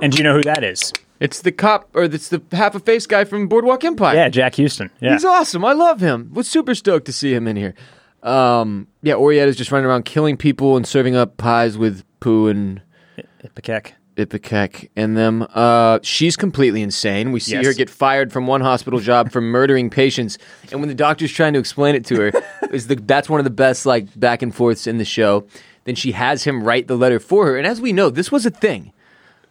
Speaker 2: And do you know who that is?
Speaker 1: It's the cop, or it's the half a face guy from Boardwalk Empire.
Speaker 2: Yeah, Jack Houston. Yeah.
Speaker 1: He's awesome. I love him. Was super stoked to see him in here. Um, yeah, Orietta's just running around killing people and serving up pies with poo and
Speaker 2: Ipecac.
Speaker 1: Ipecac and them. Uh, she's completely insane. We see
Speaker 2: Yes.
Speaker 1: her get fired from one hospital job for murdering patients, and when the doctor's trying to explain it to her, is the that's one of the best like back and forths in the show. Then she has him write the letter for her, and as we know, this was a thing.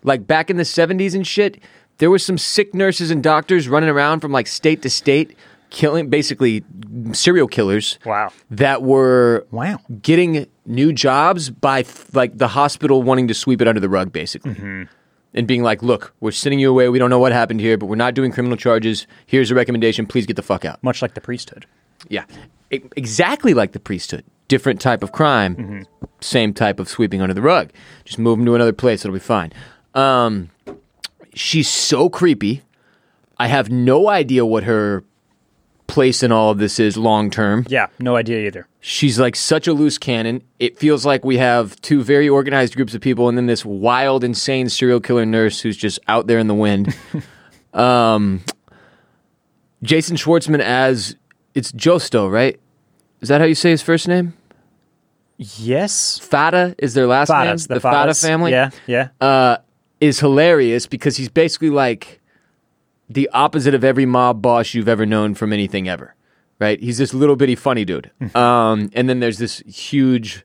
Speaker 1: Like back in the '70s and shit, there was some sick nurses and doctors running around from like state to state, killing basically serial killers.
Speaker 2: Wow.
Speaker 1: That were
Speaker 2: Wow.
Speaker 1: getting new jobs by f- like the hospital wanting to sweep it under the rug basically and being like look we're sending you away we don't know what happened here but we're not doing criminal charges here's a recommendation please get the fuck out
Speaker 2: Much like the priesthood.
Speaker 1: yeah E- exactly like the priesthood different type of crime same type of sweeping under the rug just move them to another place it'll be fine um, she's so creepy i have no idea what her place in all of this is long term
Speaker 2: Yeah, no idea either.
Speaker 1: She's like such a loose cannon. It feels like we have two very organized groups of people and then this wild, insane serial killer nurse who's just out there in the wind. um, Jason Schwartzman as it's Josto, right? Is that how you say his first name?
Speaker 2: Yes.
Speaker 1: Fada is their last name.
Speaker 2: Fadas, the,
Speaker 1: Fada
Speaker 2: Fadas.
Speaker 1: family
Speaker 2: Yeah, yeah.
Speaker 1: is hilarious because he's basically like the opposite of every mob boss you've ever known from anything ever, right? He's this little bitty funny dude. um, and then there's this huge,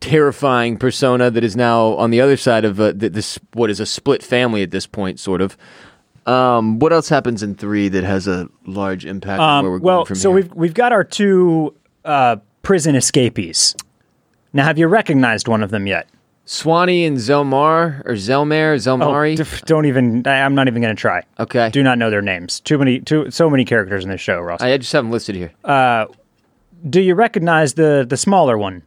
Speaker 1: terrifying persona that is now on the other side of uh, th- this, what is a split family at this point, sort of. Um, what else happens in three that has a large impact on where we're
Speaker 2: um, well,
Speaker 1: going from
Speaker 2: so
Speaker 1: here?
Speaker 2: we've we've got our two uh, prison escapees. Now, have you recognized one of them yet?
Speaker 1: Swanee and Zelmar or Zelmare, Zelmari.
Speaker 2: def- don't even. I, I'm not even going to try.
Speaker 1: okay.
Speaker 2: Oh, Do not know their names. Too many. Too so many characters in this show, Ross.
Speaker 1: I I just have them listed here.
Speaker 2: Uh, Do you recognize the the smaller one?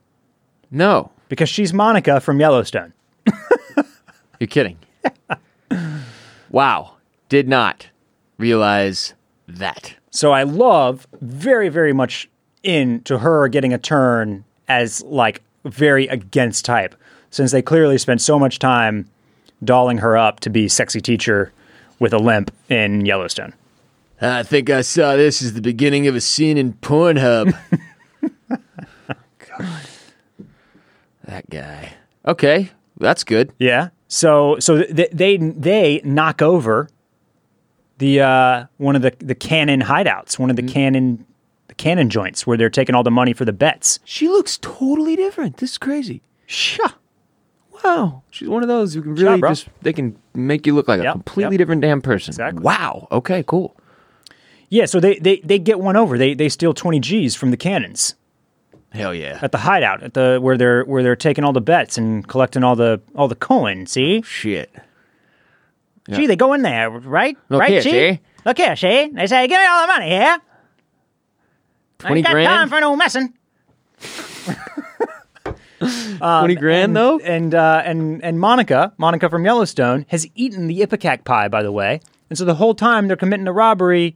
Speaker 1: no,
Speaker 2: Because she's Monica from Yellowstone.
Speaker 1: You're kidding. wow. Did not realize that.
Speaker 2: So I love very very much into her getting a turn as like very against type, since they clearly spent so much time dolling her up to be sexy teacher with a limp in Yellowstone.
Speaker 1: I think I saw this as the beginning of a scene in Pornhub. God. That guy. Okay. That's good.
Speaker 2: Yeah. So so th- they they knock over the uh, one of the the cannon hideouts, one of the cannon the cannon joints where they're taking all the money for the bets.
Speaker 1: She looks totally different. This is crazy.
Speaker 2: Sha.
Speaker 1: Wow. She's one of those who can
Speaker 2: job,
Speaker 1: really
Speaker 2: bro.
Speaker 1: just, they can make you look like a
Speaker 2: Yep,
Speaker 1: completely
Speaker 2: yep.
Speaker 1: different damn person.
Speaker 2: Exactly.
Speaker 1: Wow. Okay, cool.
Speaker 2: Yeah. So they, they they get one over. They they steal twenty G's from the cannons
Speaker 1: Hell yeah.
Speaker 2: at the hideout at the where they're where they're taking all the bets and collecting all the all the coin. See,
Speaker 1: Shit.
Speaker 2: gee, they go in there, right?
Speaker 1: Look
Speaker 2: right,
Speaker 1: here,
Speaker 2: G?
Speaker 1: see?
Speaker 2: Look here, see? They say, "Give me all the money here."
Speaker 1: 20
Speaker 2: Ain't got
Speaker 1: grand?
Speaker 2: time for no messing.
Speaker 1: 20 grand, though?
Speaker 2: and uh, and and Monica, Monica from Yellowstone, has eaten the ipecac pie, by the way. And so the whole time they're committing a robbery,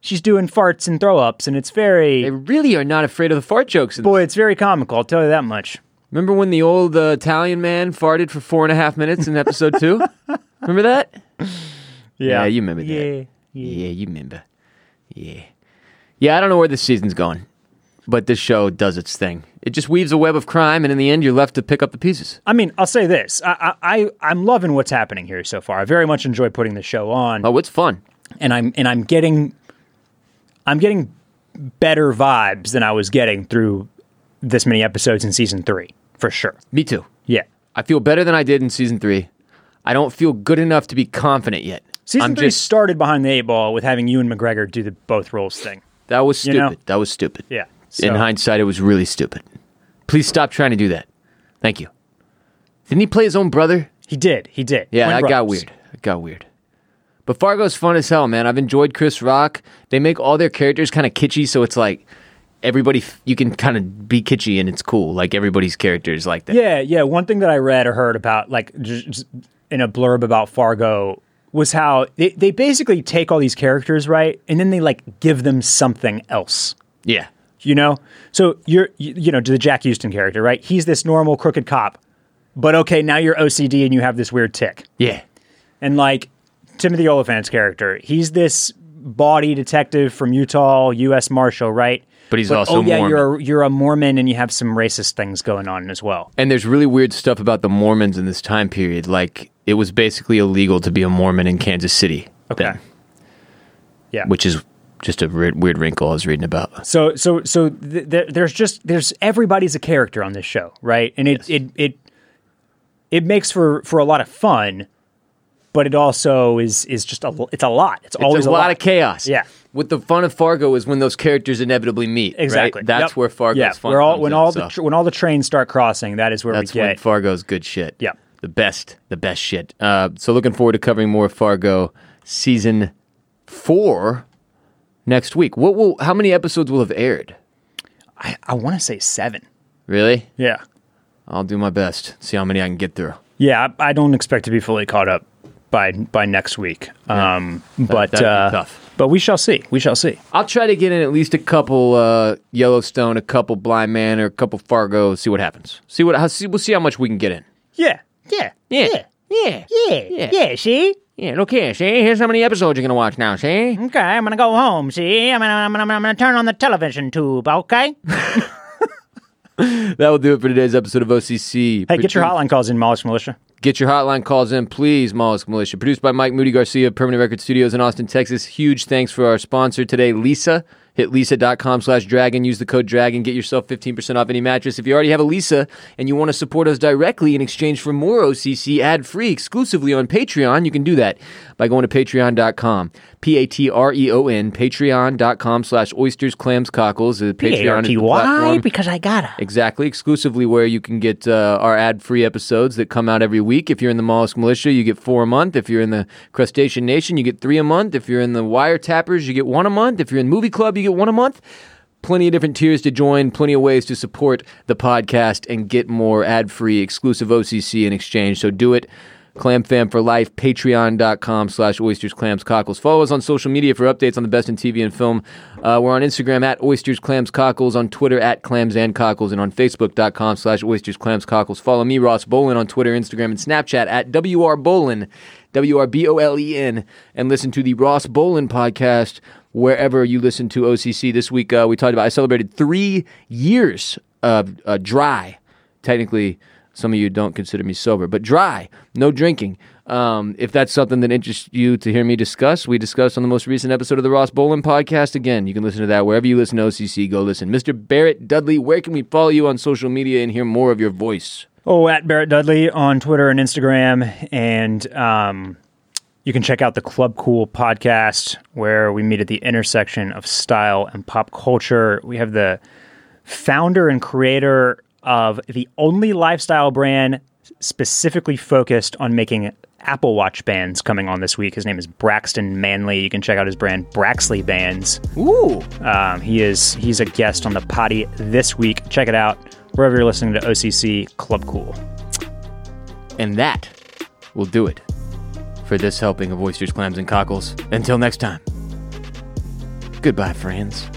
Speaker 2: she's doing farts and throw ups, and it's very
Speaker 1: They really are not afraid of the fart jokes.
Speaker 2: boy, it's very comical. I'll tell you that much.
Speaker 1: Remember when the old uh, Italian man farted for four and a half minutes in episode two? Remember that? Yeah, you remember that.
Speaker 2: Yeah.
Speaker 1: Yeah, you remember. Yeah. Yeah, I don't know where this season's going, but this show does its thing. It just weaves a web of crime, and in the end, you're left to pick up the pieces.
Speaker 2: I mean, I'll say this: I, I, I- I'm loving what's happening here so far. I very much enjoy putting the show on,
Speaker 1: Oh, it's fun.
Speaker 2: and I'm and I'm getting, I'm getting better vibes than I was getting through this many episodes in season three for sure.
Speaker 1: Me too.
Speaker 2: Yeah,
Speaker 1: I feel better than I did in season three. I don't feel good enough to be confident yet.
Speaker 2: season
Speaker 1: I'm
Speaker 2: three
Speaker 1: just
Speaker 2: started behind the eight ball with having you and McGregor do the both roles thing.
Speaker 1: that was
Speaker 2: you
Speaker 1: stupid.
Speaker 2: know.
Speaker 1: That was stupid.
Speaker 2: Yeah,
Speaker 1: In
Speaker 2: so-
Speaker 1: hindsight, it was really stupid. Please stop trying to do that. Thank you. Didn't he play his own brother?
Speaker 2: he did. He did.
Speaker 1: Yeah,
Speaker 2: Twin
Speaker 1: that got
Speaker 2: brothers.
Speaker 1: weird. It got weird. But Fargo's fun as hell, man. I've enjoyed Chris Rock. They make all their characters kind of kitschy, so it's like everybody, f- you can kind of be kitschy and it's cool. Like everybody's character is like that.
Speaker 2: Yeah, yeah. One thing that I read or heard about, like j- j- in a blurb about Fargo, was how they, they basically take all these characters, right, and then they like give them something else.
Speaker 1: Yeah.
Speaker 2: You know, so you're you, you know to the Jack Houston character, right? He's this normal crooked cop, but okay, now you're OCD and you have this weird tick.
Speaker 1: Yeah.
Speaker 2: And like Timothy Oliphant's character, he's this bawdy detective from Utah, U.S. Marshal, right?
Speaker 1: But he's also
Speaker 2: oh yeah,
Speaker 1: Mormon.
Speaker 2: you're a, you're a Mormon and you have some racist things going on as well.
Speaker 1: And there's really weird stuff about the Mormons in this time period. Like it was basically illegal to be a Mormon in Kansas City. then,
Speaker 2: Yeah.
Speaker 1: which is just a weird, weird wrinkle I was reading about.
Speaker 2: So so so th- th- there's just there's everybody's a character on this show, right? And it it it it makes for for a lot of fun, but it also is is just a l- it's a lot. It's, always
Speaker 1: There's a lot, of chaos.
Speaker 2: Yeah.
Speaker 1: What the fun of Fargo is when those characters inevitably meet. right?
Speaker 2: Exactly.
Speaker 1: That's
Speaker 2: Yep.
Speaker 1: where Fargo's
Speaker 2: yeah.
Speaker 1: fun
Speaker 2: Where all
Speaker 1: comes
Speaker 2: when
Speaker 1: in,
Speaker 2: all
Speaker 1: so.
Speaker 2: the tr- when all the trains start crossing, that is where
Speaker 1: That's
Speaker 2: we
Speaker 1: when
Speaker 2: get.
Speaker 1: Fargo's good shit.
Speaker 2: Yeah.
Speaker 1: The best, the best shit. Uh, so looking forward to covering more Fargo season four next week. What will? How many episodes will have aired?
Speaker 2: I, I want to say seven.
Speaker 1: Really?
Speaker 2: Yeah.
Speaker 1: I'll do my best. See how many I can get through.
Speaker 2: Yeah, I, I don't expect to be fully caught up by by next week. Um, but
Speaker 1: that'd be
Speaker 2: uh,
Speaker 1: tough.
Speaker 2: but we shall see. We shall see.
Speaker 1: I'll try to get in at least a couple uh, Yellowstone, a couple Blind Man, or a couple Fargo. See what happens. See what. How, see, we'll see how much we can get in.
Speaker 2: Yeah. Yeah.
Speaker 1: Yeah. Yeah.
Speaker 2: Yeah.
Speaker 1: Yeah.
Speaker 2: Yeah. See.
Speaker 1: Yeah. Look here. See, here's how many episodes you're gonna watch now. See.
Speaker 2: Okay, I'm gonna go home. See, I'm gonna, I'm gonna, I'm gonna turn on the television tube. Okay.
Speaker 1: That will do it for today's episode of OCC.
Speaker 2: Hey, get your
Speaker 1: Produced-
Speaker 2: hotline calls in, Mollish Militia.
Speaker 1: Get your hotline calls in, please, Mollusk Militia. Produced by Mike Moody Garcia, Permanent Record Studios in Austin, Texas. Huge thanks for our sponsor today, Lisa. Hit lisa.com slash dragon. Use the code dragon. Get yourself 15% off any mattress. If you already have a Lisa and you want to support us directly in exchange for more OCC ad free exclusively on Patreon, you can do that by going to patreon.com. P A T R E O N, patreon.com slash oysters, clams, cockles. Uh, Patreon is the platform.
Speaker 2: Because I gotta.
Speaker 1: Exactly, exclusively where you can get uh, our ad-free episodes that come out every week. If you're in the Mollusk Militia, you get four a month. If you're in the Crustacean Nation, you get three a month. If you're in the Wiretappers, you get one a month. If you're in Movie Club, you get one a month. Plenty of different tiers to join, plenty of ways to support the podcast and get more ad-free exclusive OCC in exchange. So do it. Clam Fam for Life, patreon.com slash oysters, clams, cockles. Follow us on social media for updates on the best in TV and film. Uh, we're on Instagram at oysters, clams, cockles, on Twitter at clams and cockles, and on facebook.com slash oysters, clams, cockles. Follow me, Ross Bolin, on Twitter, Instagram, and Snapchat at WRBolin, W R B O L E N, and listen to the Ross Bolin podcast wherever you listen to OCC. This week uh, we talked about, I celebrated three years of uh, dry technically some of you don't consider me sober but dry no drinking um, if that's something that interests you to hear me discuss we discussed on the most recent episode of the ross bolin podcast again you can listen to that wherever you listen to occ go listen mr barrett dudley where can we follow you on social media and hear more of your voice
Speaker 2: Oh, at Barrett Dudley on Twitter and Instagram, and um, you can check out the Club Cool podcast where we meet at the intersection of style and pop culture. We have the founder and creator of the only lifestyle brand specifically focused on making Apple Watch bands coming on this week. His name is Braxton Manley. You can check out his brand Braxley Bands.
Speaker 1: ooh
Speaker 2: Um, he is he's a guest on the potty this week. Check it out wherever you're listening to OCC Club Cool.
Speaker 1: and that will do it for this helping of oysters clams and cockles until next time Goodbye, friends.